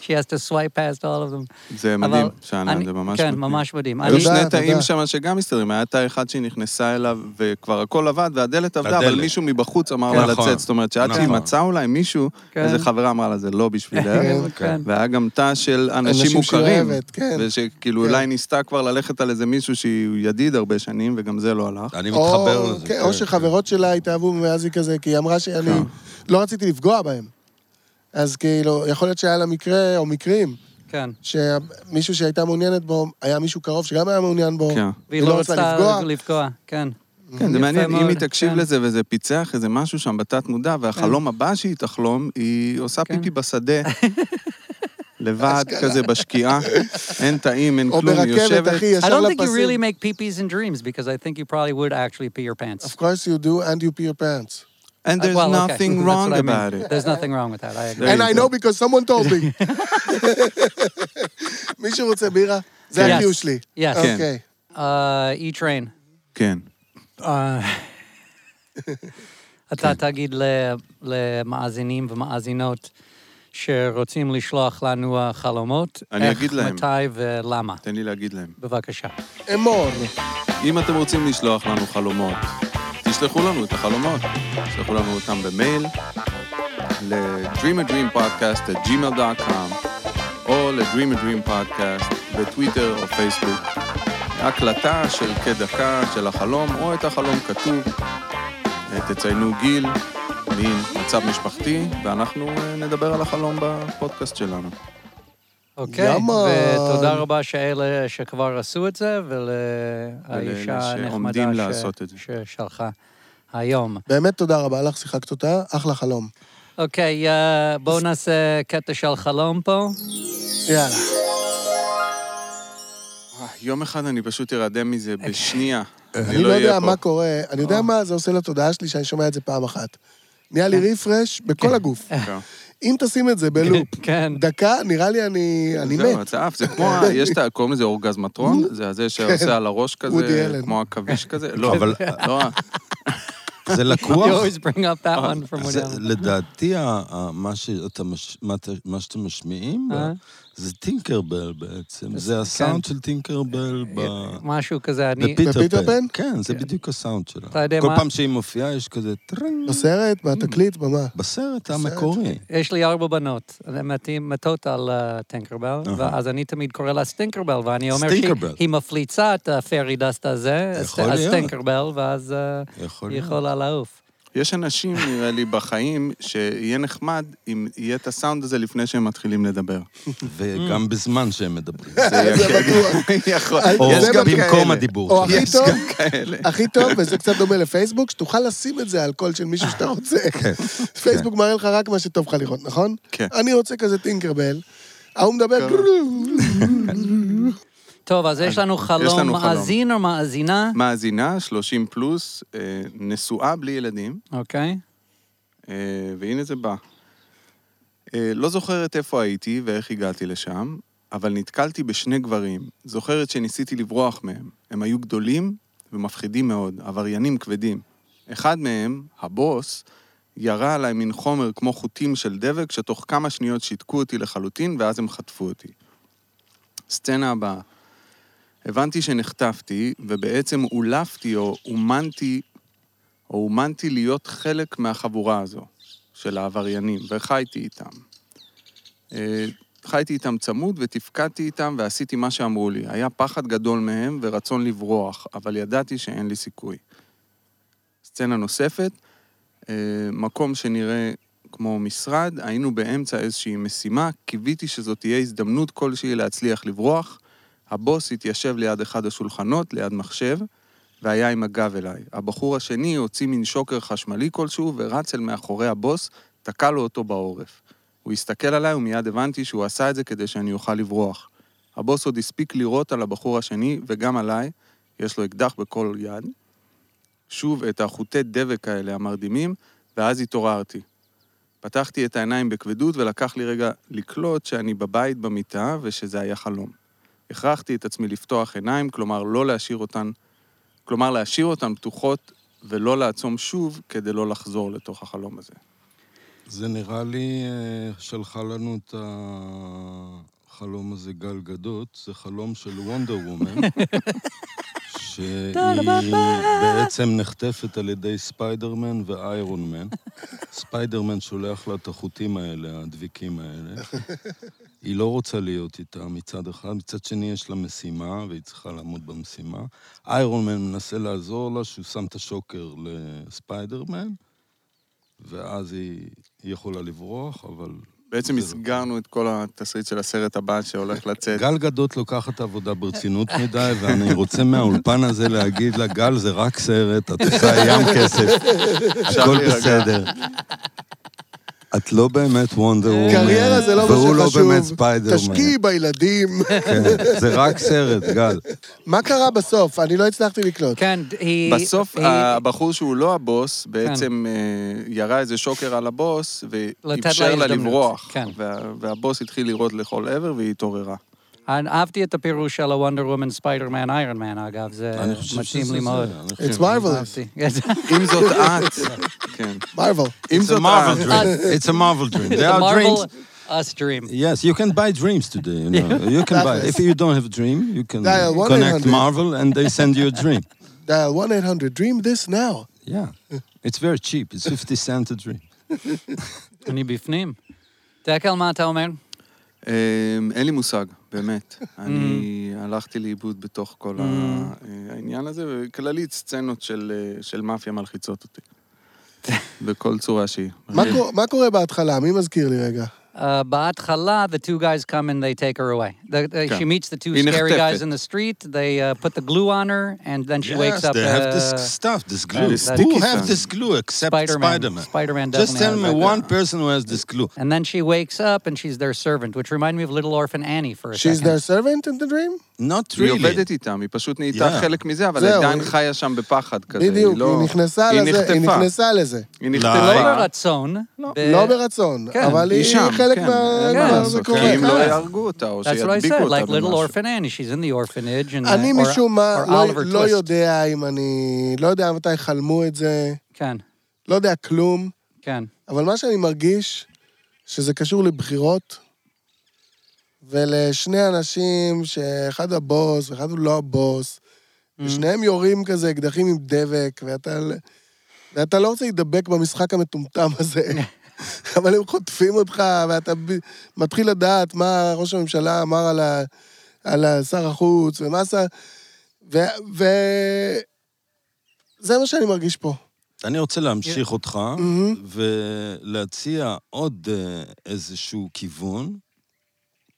She has to swipe past all of them. אה. זה אבל מדהים, שנה, אני- זה ממש כן, מדהים. ממש מדהים. היו אני- תודה, שני תאים תודה. שם שגם מסתדרים, היה תא אחד שהיא נכנסה אליו, וכבר הכל עבד, והדלת עבדה, אבל הדלת. מישהו מבחוץ אמר כן. לה נכון. לצאת, זאת אומרת שעד שהיא נכון. מצאה אולי מישהו, כן. איזה חברה אמרה לה, זה לא בשבילך. כן. והיה גם תא של אנשים אנשים שהיא מוכרים. אוהבת, כן. ושכאילו כן. אולי ניסתה כבר ללכת על איזה מישהו שהוא ידיד הרבה שנים, וגם זה לא הלך. אני או- מתחבר לזה. כן. כן, או שחברות שלה התאהבו ואז היא כזה, כי היא אמרה שאני לא רציתי לפגוע בהם. אז כאילו, יכול להיות שהיה לה מקרה או מקרים, כן. לא שמישהו שהייתה מעוניינת בו, היה מישהו קרוב שגם היה מעוניין בו, כן. והיא לא רצתה לפגוע, כן. כן, זה יפה מעניין, אם מאוד, היא תקשיב כן. לזה וזה פיצח איזה משהו שם בתת מודע, והחלום הבא שהיא תחלום, היא עושה כן. פיפי בשדה. לבד, כזה בשקיעה, אין תאים, אין או כלום, היא ברכבת, אחי, יושבת. I ישר don't think you really לפסים. make peepees and dreams, because I think you probably would actually pee your pants. Of course you do and you pee your pants. And Uh, there's well, okay. nothing That's wrong what I mean. about it. There's nothing wrong with that, I agree. There And you I go. know because someone told me. מי שרוצה בירה, זה כן. החיוש Yes. שלי. Yes. כן. אוקיי. Uh, E-Train. כן. כן. אתה תגיד ל- למאזינים ומאזינות שרוצים לשלוח לנו אה, חלומות, אני איך, אגיד להם. מתי ולמה. תן לי להגיד להם. בבקשה. אמור. אם אתם רוצים לשלוח לנו חלומות, תשלחו לנו את החלומות. תשלחו לנו אותם במייל ל-dreamadreampodcast@gmail.com או ל-dreamadreampodcast בטוויטר או פייסבוק. הקלטה של כדקה של החלום או את החלום כתוב. אה, תציינו גיל, מין, מצב משפחתי, ואנחנו אה, נדבר על החלום בפודקאסט שלנו. אוקיי, יאמן. ותודה רבה שאלה שכבר עשו את זה, ולאישה ולאלה הנחמדה שעומדים ש- לעשות את זה. ששלחה היום. באמת תודה רבה לך, שיחקת אותה, אחלה חלום. אוקיי, אה, בואו נעשה קטע של חלום פה. יאללה. וואי, יום אחד אני פשוט ארדם מזה בשנייה. אני לא אהיה יודע פה. אה. מה קורה, אני יודע מה זה עושה לתודעה שלי שאני שומע את זה פעם אחת. נהיה לי ריפרש בכל הגוף. כן. אם תשים את זה בלופ כן. דקה, נראה לי אני אני זהו, מת. אתה עף, זה כמו, ה- יש את ה... קוראים לזה אורגזמטרון, זה הזה שעושה על הראש וודי כזה, אלן. כמו עכביש כזה. לא, אבל- לא, זה You לקוח? always bring up that אה, one from זה, whatever. לדעתי, ה- ה- מה, שאתה מש, מה, אתה- מה שאתם משמיעים, ב- אה? זה טינקרבל בעצם. זה הסאונד של טינקרבל ב... לא- משהו כזה, אה, אני... בפיטר בפיטר פן? פן? כן, זה בדיוק הסאונד שלה. אתה יודע כל מה? פעם שהיא מופיעה יש כזה טרנג. בסרט, בתקליט, במה. בסרט המקורי. יש לי ארבע בנות, הן מתי- מתות על אה, טינקרבל, ואז אני תמיד קורא לה סטינקרבל, ואני אומר סטינקרבל. שהיא מפליצה את הפרי דסט הזה, יכול אז להיות. סטינקרבל, ואז אה, יכול היא להיות. יכולה לעוף. יש אנשים, נראה לי, בחיים, שיהיה נחמד אם יהיה את הסאונד הזה לפני שהם מתחילים לדבר. וגם בזמן שהם מדברים. זה בטוח. יכול. או יש גם במקום כאלה. הדיבור. או שלהם. הכי יש טוב, גם כאלה. הכי טוב, וזה קצת דומה לפייסבוק, שתוכל לשים את זה על קול של מישהו שאתה רוצה. פייסבוק מראה לך רק מה שטוב לך לראות, נכון? כן. אני רוצה כזה טינקרבל, ההוא מדבר... טוב, אז יש לנו חלום לנו חלום. מאזין או מאזינה, מאזינה, 30 פלוס, אה, נשואה בלי ילדים. אוקיי? אה, והנה זה בא. אה, לא זוכרת איפה הייתי ואיך הגעתי לשם, אבל נתקלתי בשני גברים. זוכרת שניסיתי לברוח מהם. הם היו גדולים ומפחידים מאוד, עבריינים כבדים. אחד מהם, הבוס, ירה עליי מין חומר כמו חוטים של דבק, שתוך כמה שניות שיתקו אותי לחלוטין, ואז הם חטפו אותי. סצנה הבאה. הבנתי שנחטפתי, ובעצם אולפתי או אומנתי או אומנתי להיות חלק מהחבורה הזו, של העבריינים, וחייתי איתם. אה, חייתי איתם צמוד ותפקדתי איתם ועשיתי מה שאמרו לי. היה פחד גדול מהם ורצון לברוח, אבל ידעתי שאין לי סיכוי. סצנה נוספת, אה, מקום שנראה כמו משרד, היינו באמצע איזושהי משימה, קיוויתי שזאת תהיה הזדמנות כלשהי להצליח לברוח. הבוס התיישב ליד אחד השולחנות, ליד מחשב, והיה עם הגב אליי. הבחור השני הוציא מין שוקר חשמלי כלשהו ורץ אל מאחורי הבוס, תקע לו אותו בעורף. הוא הסתכל עליי ומיד הבנתי שהוא עשה את זה כדי שאני אוכל לברוח. הבוס עוד הספיק לירות על הבחור השני וגם עליי, יש לו אקדח בכל יד. שוב את החוטי דבק האלה המרדימים, ואז התעוררתי. פתחתי את העיניים בכבדות ולקח לי רגע לקלוט שאני בבית במיטה ושזה היה חלום. הכרחתי את עצמי לפתוח עיניים, כלומר לא להשאיר אותן כלומר, להשאיר אותן פתוחות ולא לעצום שוב כדי לא לחזור לתוך החלום הזה. זה נראה לי אה, שלחה לנו את החלום הזה גל גדות, זה חלום של וונדר וומן, שהיא בעצם נחטפת על ידי ספיידרמן ואיירון מן. ספיידרמן שולח לה את החוטים האלה, הדביקים האלה. היא לא רוצה להיות איתה מצד אחד, מצד שני יש לה משימה, והיא צריכה לעמוד במשימה. איירון מן מנסה לעזור לה, שהוא שם את השוקר לספיידרמן. ואז היא, היא יכולה לברוח, אבל... בעצם זה הסגרנו את כל התסריט של הסרט הבא שהולך לצאת. גל גדות לוקחת עבודה ברצינות מדי, ואני רוצה מהאולפן הזה להגיד לה, גל, זה רק סרט, את עושה ים כסף, אפשר הכל להירגע. בסדר. את לא באמת וונדר וומן. קריירה זה לא מה והוא לא שחשוב. באמת ספיידרמן. תשקיעי בילדים. כן, זה רק סרט, גל. מה קרה בסוף? אני לא הצלחתי לקלוט. כן, היא... בסוף, היא- הבחור שהוא לא הבוס, בעצם אה, ירה איזה שוקר על הבוס, כן. לתת ואפשר לה לה הזדמנות, לברוח. כן. וה- והבוס התחיל לירות לכל עבר, והיא התעוררה. אהבתי את הפירוש של הוונדר וומן, ספיידרמן, איירון מן, אגב, זה אני חושב מתאים שזה לי זה, מאוד. אני חושב כן, It's marvelous. אהבתי. אם זאת את, כן. מרוויל. אם It's a זאת marvel את, dream. It's a marvel dream. אה, It's There a are marvel dreams. us dream. Yes, you can buy dreams today, you know. You can buy. If you don't have a dream, you can Dial 1-800. connect Marvel and they send you a dream. dial 1-800, dream this now. Yeah. It's very cheap. It's 50 cent a dream. אני בפנים. תקל, מה אתה אומר? אה, אין לי מושג, באמת. Mm-hmm. אני הלכתי לאיבוד בתוך כל ה- Mm-hmm. אה, העניין הזה, וכללית סצנות של אה, של מאפיה מלחיצות אותי. בכל צורה שהיא. מה קו- מה קורה בהתחלה? מי מזכיר לי רגע? Uh, בהתחלה, the two guys come and they take her away. The, the, כן. She meets the two היא scary נחטפת. guys in the street. They uh, put the glue on her, and then she wakes Yes, up. they have uh, this stuff, this glue. that- Who sticky have thing. this glue except Spider-Man. Spider-Man? Spider-Man Just tell definitely me has that. one person who has this glue. And then she wakes up and she's their servant, which reminded me of Little Orphan Annie for a She's second. their servant in the dream? Not היא really. עובדת איתם, היא פשוט נהייתה Yeah. חלק מזה, אבל זהו, עדיין היא- חיה שם בפחד כזה. בדיוק, לא- היא נכנסה לזה, היא נחטפה. נכנסה לזה. היא Ah. לא נחטפה. ברצון. ב- לא Oh, ברצון, כן, אבל היא היא שם, חלק כן, מה... אין כן, מה מה לעשות, זה כי קורה. אם לא כן. יהרגו אותה, או That's what I שידביקו said, אותה like Little במשהו. Orphan Annie. She's in the orphanage. And, אני uh, or- משום מה or לא- Oliver לא Twist. יודע אם אני... לא יודע מתי חלמו את זה, כן, לא יודע כלום, כן. אבל מה שאני מרגיש, שזה קשור לבחירות, ולשני אנשים שאחד הבוס ואחד הוא לא הבוס, ושניהם יורים כזה אקדחים עם דבק, ואתה, ואתה לא רוצה להידבק במשחק המטומטם הזה. אבל הם חוטפים אותך, ואתה ב- מתחיל לדעת מה ראש הממשלה אמר על, ה, על שר החוץ, ומה שר... ו... ו... זה מה שאני מרגיש פה. אני רוצה להמשיך אותך ולהציע עוד אה, איזשהו כיוון,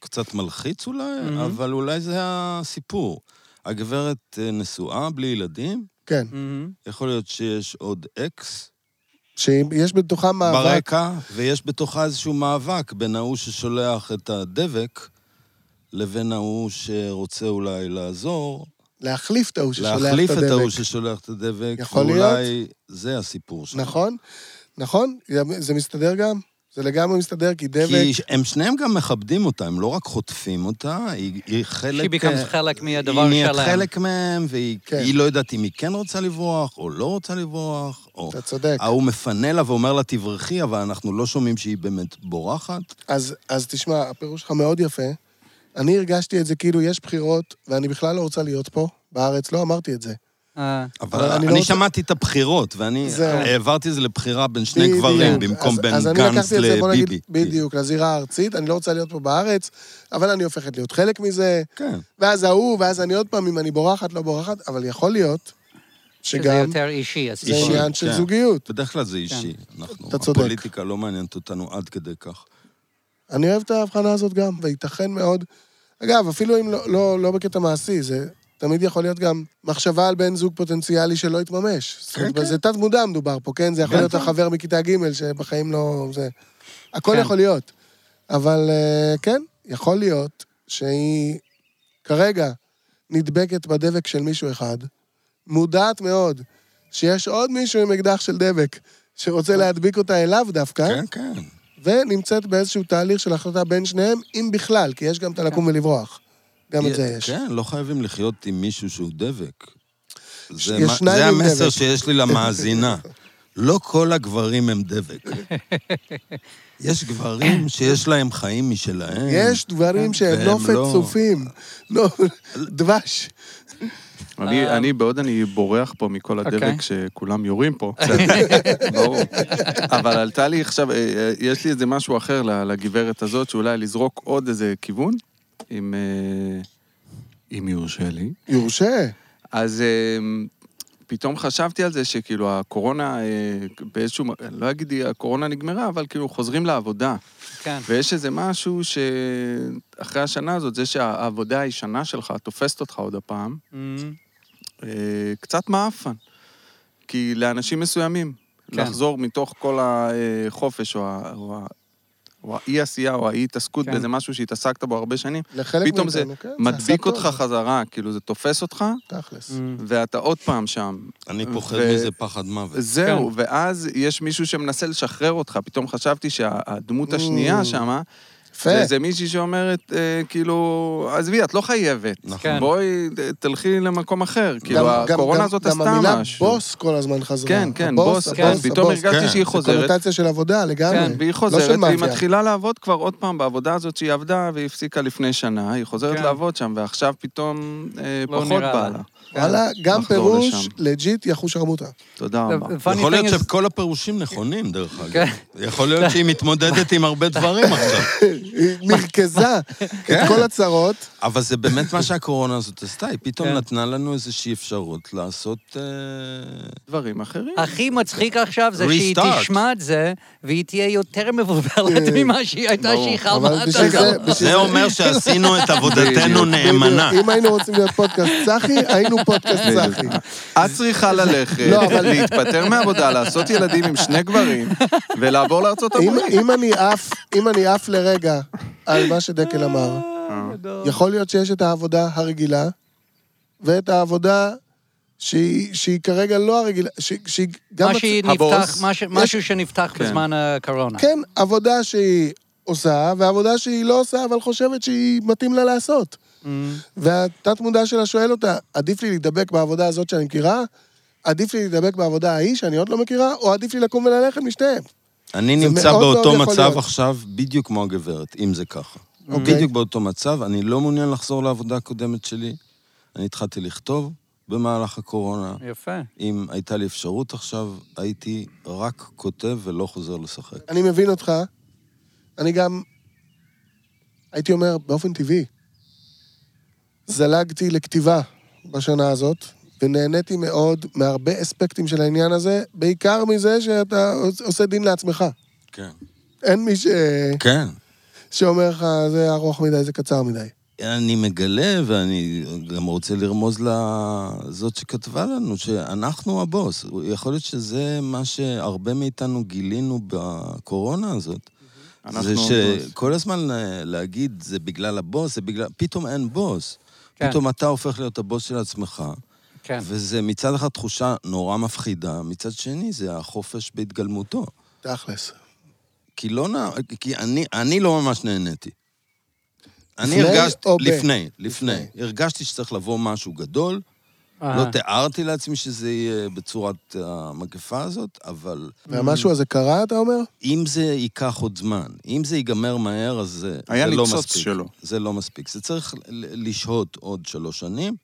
קצת מלחיץ אולי, אבל אולי זה הסיפור. הגברת אה, נשואה בלי ילדים, כן. מהמם. יכול להיות שיש עוד אקס שיש בתוכם מאבק... ברקע, ויש בתוכה איזשהו מאבק בין ההוא ששולח את הדבק לבין ההוא שרוצה אולי לעזור, להחליף את ההוא ששולח את הדבק. להחליף את ההוא ששולח את הדבק. יכול להיות. ואולי זה הסיפור שלו. נכון, נכון, זה מסתדר גם. זה לגמרי מסתדר, כי דבק... כי הם שניהם גם מכבדים אותה, הם לא רק חוטפים אותה, היא, היא חלק... She becomes uh, אה, חלק מהדבר היא נהיית שלהם. חלק מהם, והיא כן. כן. לא יודעת אם היא כן רוצה לברוח או לא רוצה לברוח, או... אתה צודק. ההוא מפנה לה ואומר לה, תברחי, אבל אנחנו לא שומעים שהיא באמת בורחת. אז, אז תשמע, הפירוש שלך מאוד יפה. אני הרגשתי את זה כאילו יש בחירות, ואני בכלל לא רוצה להיות פה, בארץ, לא אמרתי את זה. אה, אבל אבל אני אני, לא אני רוצה- שמעתי את הבחירות, ואני זהו. העברתי את זה לבחירה בין שני בדיוק. גברים, במקום בין אז, אז אני גנץ לקחתי את זה, בוא נגיד, לביבי. בדיוק, לזירה הארצית, אני לא רוצה להיות פה בארץ, אבל אני הופכת להיות חלק מזה, כן. ואז ההוא, ואז אני עוד פעם, אם אני בורחת, לא בורחת, אבל יכול להיות שזה שגם יותר אישי. זה הסיפור. אישי. עניין של כן. זוגיות. בדרך כלל זה כן. אישי. אנחנו, אתה צודק. הפוליטיקה לא מעניינת אותנו עד כדי כך. אני אוהב את ההבחנה הזאת גם, וייתכן מאוד. אגב, אפילו אם לא, לא, לא בקטע מעשי, זה תמיד יכול להיות גם מחשבה על בן זוג פוטנציאלי שלא יתממש. זאת אומרת, כן. זה תת-מודע מדובר פה, כן? זה יכול כן, להיות כן. החבר מכיתה ג' שבחיים לא... זה... הכל כן. יכול להיות. אבל אה, כן, יכול להיות שהיא כרגע נדבקת בדבק של מישהו אחד, מודעת מאוד שיש עוד מישהו עם אקדח של דבק שרוצה להדביק אותה אליו דווקא. כן, כן. ונמצאת באיזשהו תהליך של החלטה בין שניהם, אם בכלל, כי יש גם את כן. הלקום ולברוח. גם את זה יש. כן, לא חייבים לחיות עם מישהו שהוא דבק. זה, יש מה- שניים זה עם המסר דבק. שיש לי למאזינה. לא כל הגברים הם דבק. יש גברים שיש להם חיים משלהם. יש כן. דברים שהם והם נופת לא- צופים. לא, דבש. אני, אני, בעוד אני בורח פה מכל אוקיי. הדבק שכולם יורים פה, ברור. אבל עלתה לי עכשיו, אה, אה, יש לי איזה משהו אחר ל- לגברת הזאת, שאולי לזרוק עוד איזה כיוון, אם, אה, אם יורשה לי. יורשה. אז אמ, פתאום חשבתי על זה שכאילו הקורונה אה, באיזשהו, מ- לא אגיד היא הקורונה נגמרה, אבל כאילו חוזרים לעבודה. כן. ויש איזה משהו שאחרי השנה הזאת, זה שהעבודה הישנה שלך תופסת אותך עוד הפעם, מהמם. אה, קצת מעפן. כי לאנשים מסוימים, כן. לחזור מתוך כל החופש או, ה- או, ה- או האי-עשייה או האי-התעסקות כן. באיזה משהו שהתעסקת בו הרבה שנים, לחלק פתאום זה מאיתנו, כן, זה מדביק עשה טוב, אותך חזרה, כאילו זה תופס אותך, תכלס. Mm. ואתה עוד פעם שם. אני פוחד ו- מזה פחד מוות. זהו, כן. ואז יש מישהו שמנסה לשחרר אותך. פתאום חשבתי שהדמות השנייה Mm. שמה, יפה. זה איזה מישהי שאומרת, אה, כאילו, עזבי, את לא חייבת. נכון. בואי, ת- תלכי למקום אחר. כאילו, גם- גם- הקורונה גם- הזאת גם עשתה המילה משהו. בוס כל הזמן חזרה. כן, כן, הבוס, בוס, הבוס, אז פתאום הבוס. הרגשתי שהיא כן, זה זה חוזרת, קונוטציה של עבודה לגמרי. כן, והיא לא חוזרת, של והיא מאפיה. מתחילה לעבוד כבר עוד פעם בעבודה הזאת שהיא עבדה והיא הפסיקה לפני שנה, היא חוזרת כן. לעבוד שם, ועכשיו פתאום אה, לא פחות נראה בא לה. לה. וואלה, גם נחזור פירוש, כן. לשם. לג'יט, יחו שרמוטה. תודה רבה. The funny יכול להיות thing is- שכל הפירושים נכונים, דרך אגב. כן. יכול להיות שהיא מתמודדת עם הרבה דברים עכשיו. היא מרכזה כן. את כל הצרות. אבל זה באמת מה שהקורונה הזאת עשתה, היא פתאום כן. נתנה לנו איזושהי אפשרות לעשות... אה, דברים אחרים. הכי מצחיק עכשיו זה שהיא Restart. תשמע את זה, והיא תהיה יותר מבולבלת ממה שהיא הייתה ברור. שהיא אה, אבל חלמה. בשביל לא, זה- בשביל זה אומר שעשינו את עבודתנו בדיוק. נאמנה. בדיוק, אם היינו רוצים להיות פודקאסט צחי, היינו פודקאסט צחי. את צריכה ללכת, אה, לא, אבל- להתפטר מהעבודה, לעשות ילדים עם שני גברים, ולעבור לארצות אם- הברית. אם אני עף, אם אני עף לרגע על מה שדקל אמר, יכול להיות שיש את העבודה הרגילה, ואת העבודה שהיא שהיא כרגע לא הרגילה, שהיא- שהיא גם... מה הצ- שנפתח, הבוס. מה ש- משהו שנפתח כן. בזמן הקורונה. כן, עבודה שהיא עושה, ועבודה שהיא לא עושה, אבל חושבת שהיא מתאים לה לעשות. והתת-מודע שלה שואל אותה, עדיף לי להידבק בעבודה הזאת שאני מכירה? עדיף לי להידבק בעבודה ההיא שאני עוד לא מכירה? או עדיף לי לקום וללכת משתיהם? אני זה נמצא מאוד מאוד באותו יכול מצב להיות. עכשיו, בדיוק כמו הגברת, אם זה ככה. אוקיי. בדיוק באותו מצב, אני לא מעוניין לחזור לעבודה הקודמת שלי. אני התחלתי לכתוב במהלך הקורונה. יפה. אם הייתה לי אפשרות עכשיו, הייתי רק כותב ולא חוזר לשחק. אני מבין אותך. אני גם, הייתי אומר, באופן טבעי, זלגתי לכתיבה בשנה הזאת, ונהניתי מאוד מהרבה אספקטים של העניין הזה, בעיקר מזה שאתה עושה דין לעצמך. כן. אין מי ש... כן. שאומר לך, זה ארוך מדי, זה קצר מדי. אני מגלה, ואני גם רוצה לרמוז לזאת שכתבה לנו, שאנחנו הבוס. יכול להיות שזה מה שהרבה מאיתנו גילינו בקורונה הזאת. אנחנו לא- זה הבוס. שכל הזמן אה, להגיד, זה בגלל הבוס, זה בגלל... פתאום אין בוס. כן. פתאום אתה הופך להיות הבוס של עצמך, כן. וזה מצד אחד תחושה נורא מפחידה, מצד שני זה החופש בהתגלמותו. תכלס. כי לא נע... כי אני, אני לא ממש נהניתי. אני לפני הרגשתי... או ב- לפני, לפני. הרגשתי שצריך לבוא משהו גדול. אה, לא תיארתי לעצמי שזה יהיה בצורת המגפה הזאת, אבל והמשהו הזה קרה, אתה אומר? אם זה ייקח עוד זמן, אם זה ייגמר מהר, אז זה, היה זה לא ניצוץ מספיק. שלו. זה לא מספיק. זה צריך ל- לשהות עוד שלוש שנים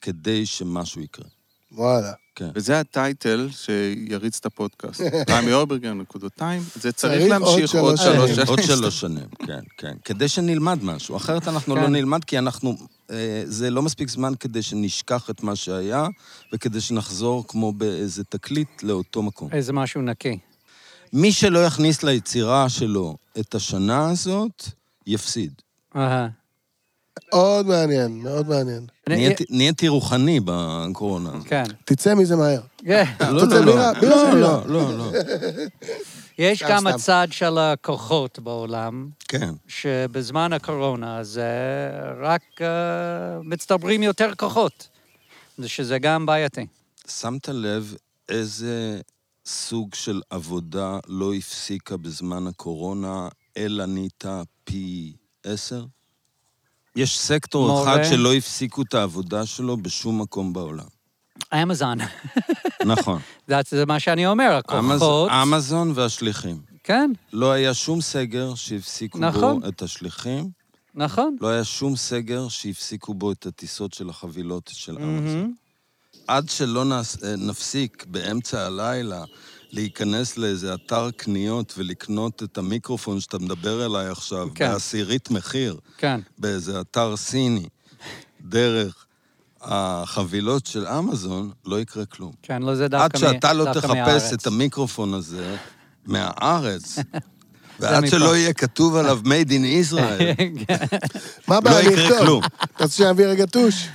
כדי שמשהו יקרה. וואלה. כן. וזה הטייטל שיריץ את הפודקאסט. רמי אולברגר, נקודותיים. זה צריך צריך עוד להמשיך עוד שלוש שלוש שנים. שנים. עוד שלוש שנים, כן, כן. כדי שנלמד משהו. אחרת אנחנו כן. לא נלמד, כי אנחנו... אה, זה לא מספיק זמן כדי שנשכח את מה שהיה, וכדי שנחזור כמו באיזה תקליט לאותו מקום. איזה משהו נקי. מי שלא יכניס ליצירה שלו את השנה הזאת, יפסיד. אהה. מאוד מעניין, מאוד מעניין. אני- נהייתי- נהייתי רוחני בקורונה הזאת. כן. תצא מזה מהר. כן. לא, רוצה לא, לא. בירה? בירה לא, שלי לא, לא, לא. יש סתם, גם סתם. הצד של הכוחות בעולם, כן. שבזמן הקורונה הזה רק אה, מצטברים יותר כוחות, זה שזה גם בעייתי. שמת לב איזה סוג של עבודה לא הפסיקה בזמן הקורונה, אלא נהייתה פי עשר? יש סקטור מורה. אחד שלא הפסיקו את העבודה שלו בשום מקום בעולם. אמזון, נכון. זה- זה מה שאני אומר, אמז- הכוחות, אמזון והשליחים. כן, לא היה שום סגר שהפסיקו נכון. בו את השליחים, נכון. לא היה שום סגר שהפסיקו בו את הטיסות של החבילות של אמזון. עד שלא נס... אה, נפסיק באמצע הלילה להיכנס לאיזה אתר קניות ולקנות את המיקרופון שאתה מדבר אליי עכשיו, כן. כן. בעשירית מחיר, כן, באיזה אתר סיני, דרך החבילות של אמזון, לא יקרה כלום. כן, לא זה עד דווקא מ- שאתה לא דווקא תחפש מהארץ. את המיקרופון הזה מהארץ, מפה. ועד שלא יהיה כתוב עליו Made in Israel, כן, מה לא הבעיה יקרה לכתוב? כלום. אתה רוצה שאני אביא רגע טוש?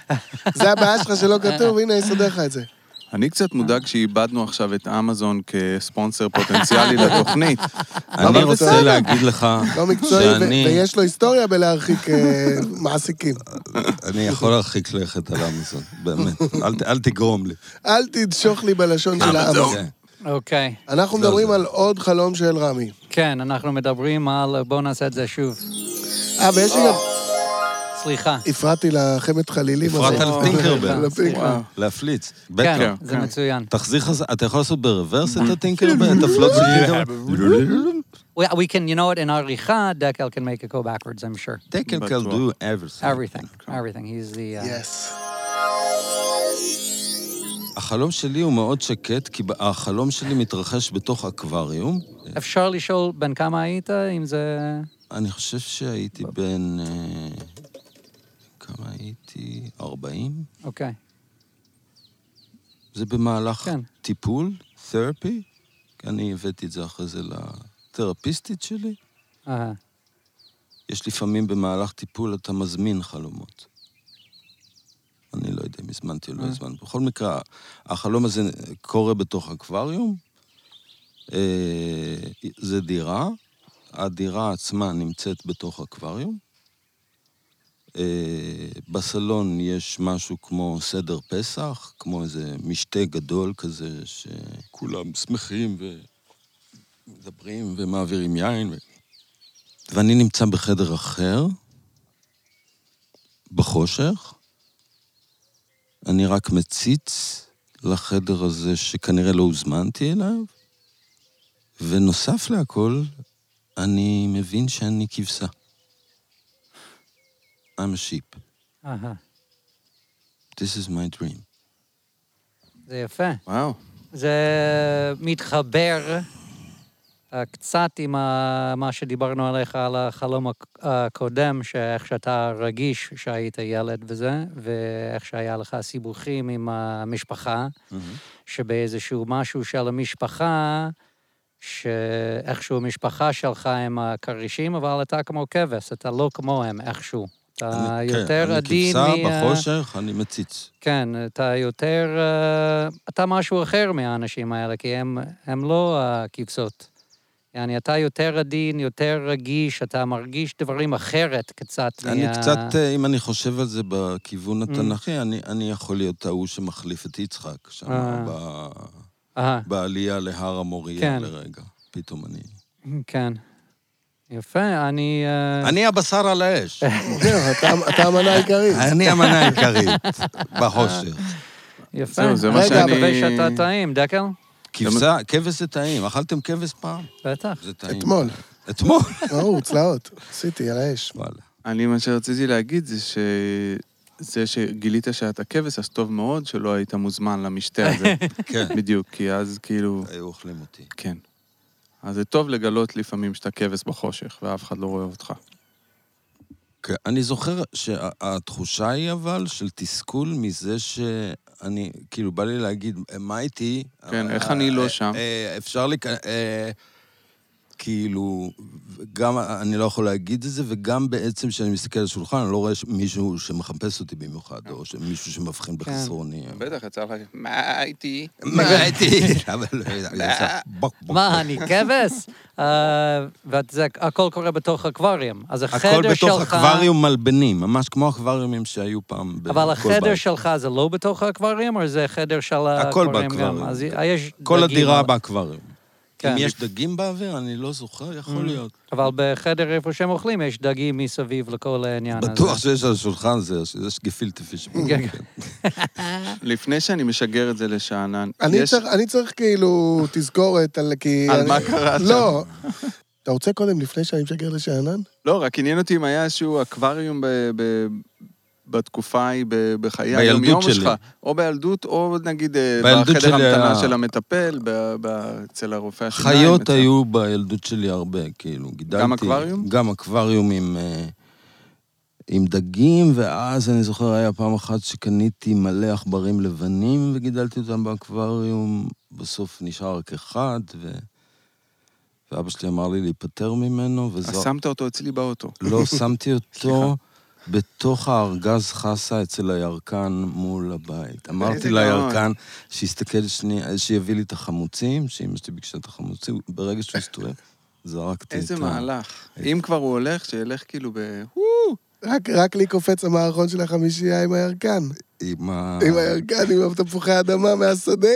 זה הבעיה שלך שלא כתוב, הנה, אני אסדר לך את זה. אני קצת מודאג שאיבדנו עכשיו את אמזון כספונסר פוטנציאלי לתוכנית. אני רוצה בסדר. להגיד לך לא מקצועי, ו- שאני... ויש לו היסטוריה בלהרחיק אה, מעסיקים. אני יכול להרחיק לכת על אמזון, באמת. אל ת- אל תגרום לי. אל תנשוך לי בלשון של העם. כן. אוקיי. אנחנו זהו, מדברים זהו. על עוד חלום של רמי. כן, אנחנו מדברים על... בואו נעשה את זה שוב. אה, ויש לי גם... סליחה. הפרעתי לחמת חלילים. הפרעת הזה. על טינקרבל. על הטינקרבל. וואו. להפליץ. כן, בטח. זה כן. מצוין. תחזיר חזרה, אתה יכול לעשות ברוורס את כן. הטינקרבל? את הפלוט של טינקרבל? We, we can, you know what, in עריכה, Dekel can make it go backwards, I'm sure. טינקרבל do everything. Everything, everything. He's the... Uh, Yes. החלום שלי הוא מאוד שקט, כי החלום שלי מתרחש בתוך אקווריום. אפשר לשאול בן כמה היית, אם זה... אני חושב שהייתי בן... אה, כמה הייתי? 40? אוקיי. זה במהלך כן. טיפול, תרפי. אני הבאתי את זה אחרי זה לתרפיסטית שלי. אהה. יש לפעמים במהלך טיפול אתה מזמין חלומות. אני לא יודע אם הזמנתי או לא הזמנתי. בכל מקרה, החלום הזה קורה בתוך אקווריום. אה, זה דירה, הדירה עצמה נמצאת בתוך אקווריום. אה, בסלון יש משהו כמו סדר פסח, כמו איזה משתה גדול כזה, שכולם שמחים ומדברים ומעבירים יין. ו... ואני נמצא בחדר אחר, בחושך. אני רק מציץ לחדר הזה שכנראה לא הוזמנתי אליו, ונוסף להכל, אני מבין שאני כבשה. I'm a sheep. אהה. This is my dream. זה יפה. וואו. זה מתחבר אה, קצת עם ה- מה שדיברנו עליך, על החלום הק- הקודם, שאיך שאתה רגיש שהיית ילד וזה, ואיך שהיה לך סיבוכים עם המשפחה, Mm-hmm. שבאיזשהו משהו של המשפחה, שאיכשהו המשפחה שלך הם הכרישים, אבל אתה כמו כבש, אתה לא כמוהם איכשהו. אתה אני- כן, אה, יותר עדין אני מה- כבשה בחושך, אני מציץ. כן, אתה יותר... אה, אתה משהו אחר מהאנשים האלה, כי הם, הם לא הכבשות. יעני, אתה יותר עדין, יותר רגיש, אתה מרגיש דברים אחרת קצת אני קצת, אה, אם אני חושב על זה בכיוון Mm. התנ"כי, אני- אני יכול להיות ההוא שמחליף את יצחק שם אה. ב... אה, בעלייה להר המוריה כן. לרגע. פתאום אני... כן. יפה, אני... אה, אני הבשר על האש. זהו, אתה- אתה המנה העיקרית. אני המנה העיקרית בחושך. אה. יפה. זהו, זה מה רגע, שאני- מקווה שאתה טעים, דקל? כבשה, כבש זה טעים. אכלתם כבש פעם? בטח. זה טעים. אתמול. אתמול. ברור, צלעות. עשיתי על האש. וואלה. אני, מה שרציתי להגיד זה ש... זה שגילית שאתה כבש, אז טוב מאוד שלא היית מוזמן למשתה הזה. כן. בדיוק, כי אז כאילו... היו אוכלים אותי. כן. אז זה טוב לגלות לפעמים שאתה כבש בחושך, ואף אחד לא רואה אותך. כן, אני זוכר שהתחושה היא אבל של תסכול מזה שאני, כאילו, בא לי להגיד, מה איתי? כן, אה, איך אני לא אה, שם? אה, אפשר לי... אה, כאילו, גם אני לא יכול להגיד את זה, וגם בעצם כשאני מסתכל על השולחן, אני לא רואה ש- מישהו שמחפש אותי במיוחד, או ש- מישהו כן. שמבחין בחסרוני. בטח, יצא לך... מה הייתי? מה הייתי? אבל לא יודע, יצא בוק, בוק. מה, אני כבש? אה, וזה, הכל קורה בתוך אקווריום. אז החדר הכל שלך... בתוך אקווריום מלבנים, ממש כמו אקווריומים שהיו פעם בכל אבל החדר בית. שלך זה לא בתוך האקווריום, או זה חדר של הכל האקווריום גם? באקווריום. אז יש כל דגים, הדירה אבל- באקווריום. כן. Mm. אם יש דגים באוויר, אני לא זוכר, יכול להיות. אבל בחדר איפה שהם אוכלים, יש דגים מסביב לכל העניין הזה. בטוח שיש על השולחן זה, שיש גפילטה פיש. אה, כן, לפני שאני משגר את זה לשאנן, אני יש... צריך- אני צריך כאילו תזכורת על כי... על אני- מה קרה שם. לא. אתה רוצה קודם, לפני שאני משגר לשאנן? לא, רק עניין אותי אם היה איזשהו אקווריום ב... ב... בתקופה ההיא, ב- בחיי בילדות היום-יום שלי. שלך. או בילדות, או נגיד אה, בילדות בחדר שלי המתנה היה- של המטפל, ב- ב- אצל הרופא השיניים. חיות אצל- היו בילדות שלי הרבה, כאילו, גידלתי... גם אקווריום? גם אקווריום עם... אה, עם דגים, ואז אני זוכר, היה פעם אחת שקניתי מלא עכברים לבנים וגידלתי אותם באקווריום, בסוף נשאר רק אחד, ו... ואבא שלי אמר לי להיפטר ממנו, אז וזו... שמת אותו אצלי באוטו. לא שמתי אותו, בתוך הארגז חסה אצל הירקן מול הבית. אמרתי גאון. לירקן שיסתכל שנייה, שיביא לי את החמוצים, שאמא שלי ביקשה את החמוצים, בררגע שהוא הסתובב, זרקתי את איזה ה- מהלך. אם כבר הוא הולך, שילך כאילו ב... רק, רק לי קופץ המערכון של החמישייה עם הירקן. עם ה... עם הירקן, עם התפוחי האדמה מהשדה.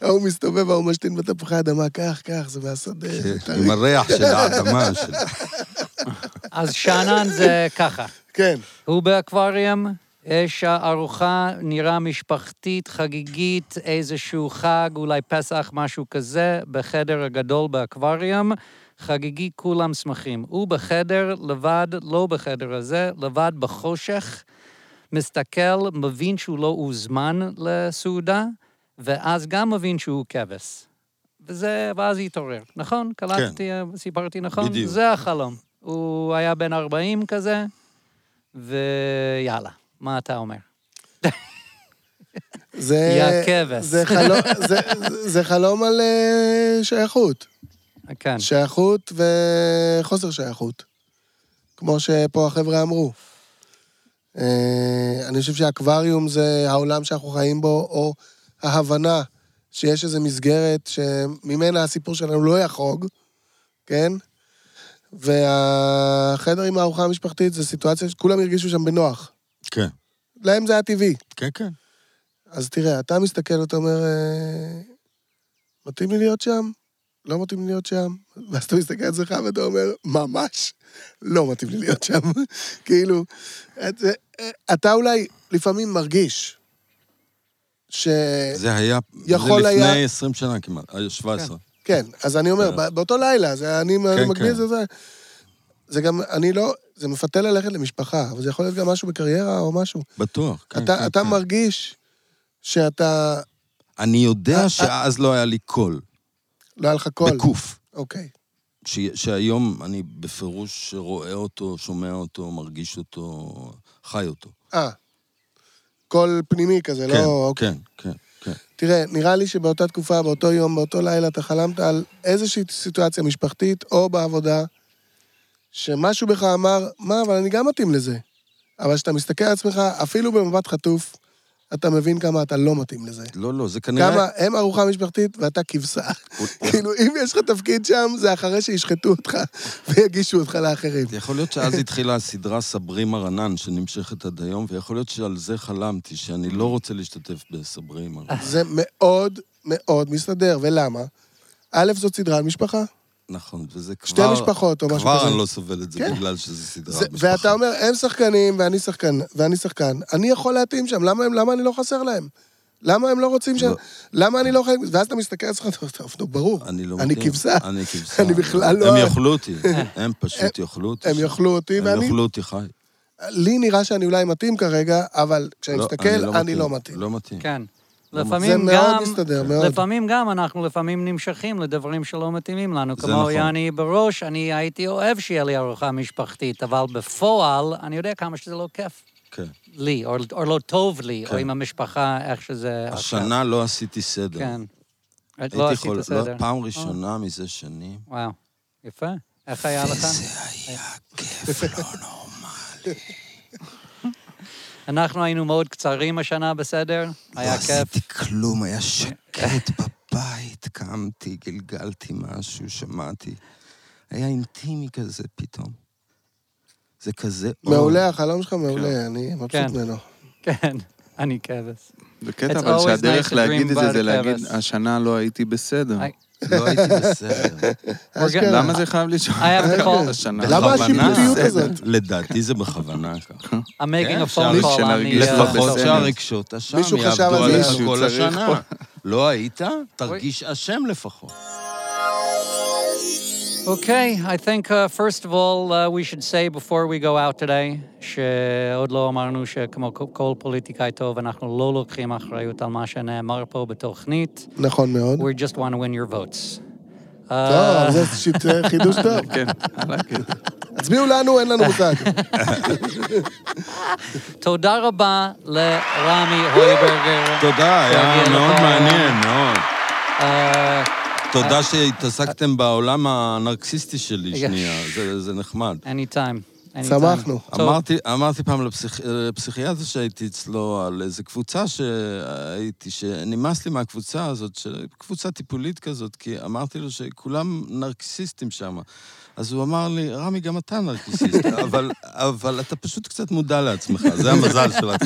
ההוא מסתובב, ההוא משתין בתפוחי אדמה, כך, כך, זה מהשדה. כן, זה טרי. עם הריח של האדמה של... אז שאנן זה ככה. כן. הוא באקווריום, יש ארוחה, נראה משפחתית, חגיגית, איזשהו חג, אולי פסח, משהו כזה, בחדר הגדול באקווריום. חגיגי, כולם שמחים. הוא בחדר, לבד, לא בחדר הזה, לבד בחושך, מסתכל, מבין שהוא לא הוזמן לסעודה, ואז גם מבין שהוא כבש. וזה, ואז התעורר. נכון? קלטתי, סיפרתי נכון? בדיוק. זה החלום. הוא היה בן 40 כזה, ויאללה, מה אתה אומר? זה... יא כבש. זה חלום, זה, זה, זה חלום על אה, שייכות. כן. שייכות וחוסר שייכות. כמו שפה החבר'ה אמרו. אה, אני חושב שהאקווריום זה העולם שאנחנו חיים בו, או ההבנה שיש איזו מסגרת שממנה הסיפור שלנו לא יחרוג, כן? והחדר עם הארוחה המשפחתית זה סיטואציה שכולם הרגישו שם בנוח. כן, להם זה היה טבעי. כן, כן. אז תראה, אתה מסתכל, אתה אומר, אה, מתאים לי להיות שם? לא מתאים לי להיות שם? ואז אתה מסתכל על עצמך ואתה אומר, ממש לא מתאים לי להיות שם. כאילו, את, זה- אה, אתה אולי לפעמים מרגיש ש... זה היה... יכול זה היה- לפני 20 שנה כמעט, אה, 17. כן, אז אני אומר, בסדר. ב- באותו לילה, זה, אני אני כן, מגביל את כן. זה, זה... זה גם, אני לא, זה מפתה ללכת למשפחה, אבל זה יכול להיות גם משהו בקריירה או משהו. בטוח, כן, אתה, כן, אתה כן. מרגיש שאתה, אני אה, אה. יודע שאז לא היה לי קול. לא היה לך קול. בקוף. אוקיי. ש- שהיום אני בפירוש רואה אותו, שומע אותו, מרגיש אותו, חי אותו. אה. קול פנימי כזה, כן, לא... כן, כן, כן. תראה, נראה לי שבאותה תקופה, באותו יום, באותו לילה, אתה חלמת על איזושהי סיטואציה משפחתית או בעבודה, שמשהו בך אמר, מה, אבל אני גם מתאים לזה. אבל כשאתה מסתכל על עצמך, אפילו במבט חטוף, אתה מבין כמה אתה לא מתאים לזה. לא, לא, זה כנראה... כמה הם ארוחה משפחתית ואתה כבשה. אוקיי. כאילו, אם יש לך תפקיד שם, זה אחרי שישחטו אותך ויגישו אותך לאחרים. יכול להיות שאז התחילה הסדרה סברי מרנן, שנמשכת עד היום, ויכול להיות שעל זה חלמתי, שאני לא רוצה להשתתף בסברי מרנן. זה מאוד מאוד מסתדר, ולמה? א', זאת סדרה על משפחה. נכון, וזה כבר... שתי משפחות או משהו כבר כזה. אני לא סובל את זה, כן. בגלל שזה סדרה זה, משפחה. ואתה אומר, הם שחקנים ואני שחקן, ואני שחקן, אני יכול להתאים שם, למה, הם, למה אני לא חסר להם? למה הם לא רוצים שם? לא. למה אני לא חלק? ואז אתה מסתכל על עצמך, אתה אומר, טוב, נו, ברור. אני לא אני מתאים. כבשה. אני כבשה. אני בכלל לא- הם יאכלו אותי, הם פשוט יאכלו אותי. הם יאכלו אותי, הם ואני... יאכלו אותי חי. לי נראה שאני אולי מתאים כרגע, אבל כשאני לא, מסתכל, אני לא מתאים. לא מתאים. כן. לא זה לפעמים מאוד גם, מסתדר, מאוד. לפעמים גם אנחנו לפעמים נמשכים לדברים שלא מתאימים לנו. זה כמו נכון. יעני בראש, אני הייתי אוהב שיהיה לי ארוחה משפחתית, אבל בפועל, אני יודע כמה שזה לא כיף כן. לי, או, או לא טוב לי, כן. או עם המשפחה, איך שזה... עכשיו. השנה לא עשיתי סדר. כן. לא הייתי עשית חול- סדר. אה. לא, פעם ראשונה מזה שנים. וואו, יפה. איך היה לך? כיף, לא נורא. אנחנו היינו מאוד קצרים השנה, בסדר? לא היה כיף. עשיתי כלום, היה שקט בבית. קמתי, גלגלתי משהו, שמעתי. היה אינטימי כזה פתאום. זה כזה... אור. מעולה, החלום שלך מעולה, אני מבסוט כן. ממנו. כן, אני כבש. זה It's קטע, אבל always nice שהדרך to dream להגיד את about זה, זה it, להגיד, Travis. השנה לא הייתי בסדר. I- לא הייתי בסדר. אשכרה. למה זה חייב לשאול? I have to call. השנה. למה בכוונה. השיפוטיות הזאת? לדעתי זה בכוונה ככה. I'm making כן, a phone אפשר call on שנרגיש the... uh, לפחות לפחות בסדר. שהרגשות אשם מישהו חשב יעבדו על זה? עליך מישהו כל צריך השנה. פה. לא היית? תרגיש אשם לפחות. Okay, I think uh, first of all uh, we should say before we go out today שעוד לא אמרנו שכמו כל- כל פוליטיקאי טוב אנחנו לא לוקחים אחריות על מה שנאמר פה בתוכנית. נכון מאוד. We just want to win your votes. Uh, טוב, זה שיט- חידוש טוב. כן, I like it. הצביעו לנו, אין לנו מושג. תודה רבה לרמי הויברגר. תודה, היה שהגיע מאוד לפה. מעניין, מאוד. אה, תודה שהתעסקתם בעולם הנרקסיסטי שלי יש. שנייה, זה- זה נחמד. anytime. anytime. שמחנו. So- אמרתי, אמרתי פעם לפסיכ... לפסיכיאטר שהייתי אצלו על איזה קבוצה שהייתי, שנמאס לי מהקבוצה הזאת, ש... קבוצה טיפולית כזאת, כי אמרתי לו שכולם נרקסיסטים שם. אז הוא אמר לי, רמי, גם אתה נרקסיסט, אבל, אבל אתה פשוט קצת מודע לעצמך, זה המזל שלך.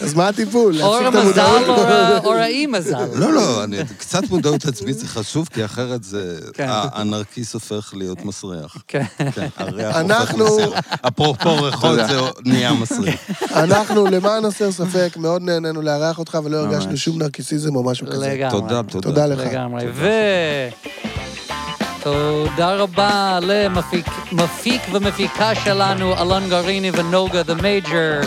אז מה הטיפול? או להפסיק את המזל המודעות? או ה- או האי-מזל. לא, לא, אני, קצת מודעות עצמית זה חשוב, כי אחרת זה... כן. ה- הנרקיס הופך להיות מסריח. כן. כן, הריח הופך אנחנו- מסריח. אפרופו ריחות, זה נהיה מסריח. אנחנו, למען הסר ספק, מאוד נהנינו לארח אותך ולא הרגשנו שום נרקיסיזם או משהו כזה. לגמרי. תודה, תודה. תודה לך. לגמרי. ו... תודה רבה למפיק מפיק ומפיקה שלנו, אלון גריני ונוגה דה מייג'ר.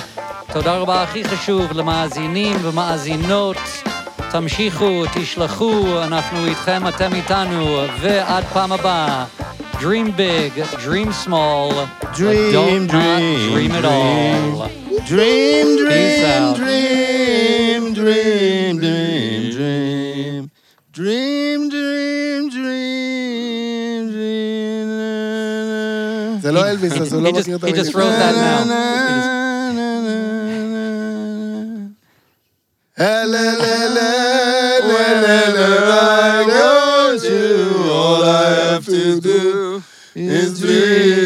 תודה רבה הכי חשוב למאזינים ומאזינות. תמשיכו, תשלחו, אנחנו איתכם, אתם איתנו, ועד פעם הבאה. Dream big, dream small, but Dream, don't not dream, dream it dream. all. Dream, Peace dream, out. dream, dream, dream, dream, dream, dream, dream, dream. na, na. זה לא אלביס, אז הוא He לא just- מכיר את he just המילים. wrote that Na, now. na, na, na, na. Whenever I go to, all I have to do is dream.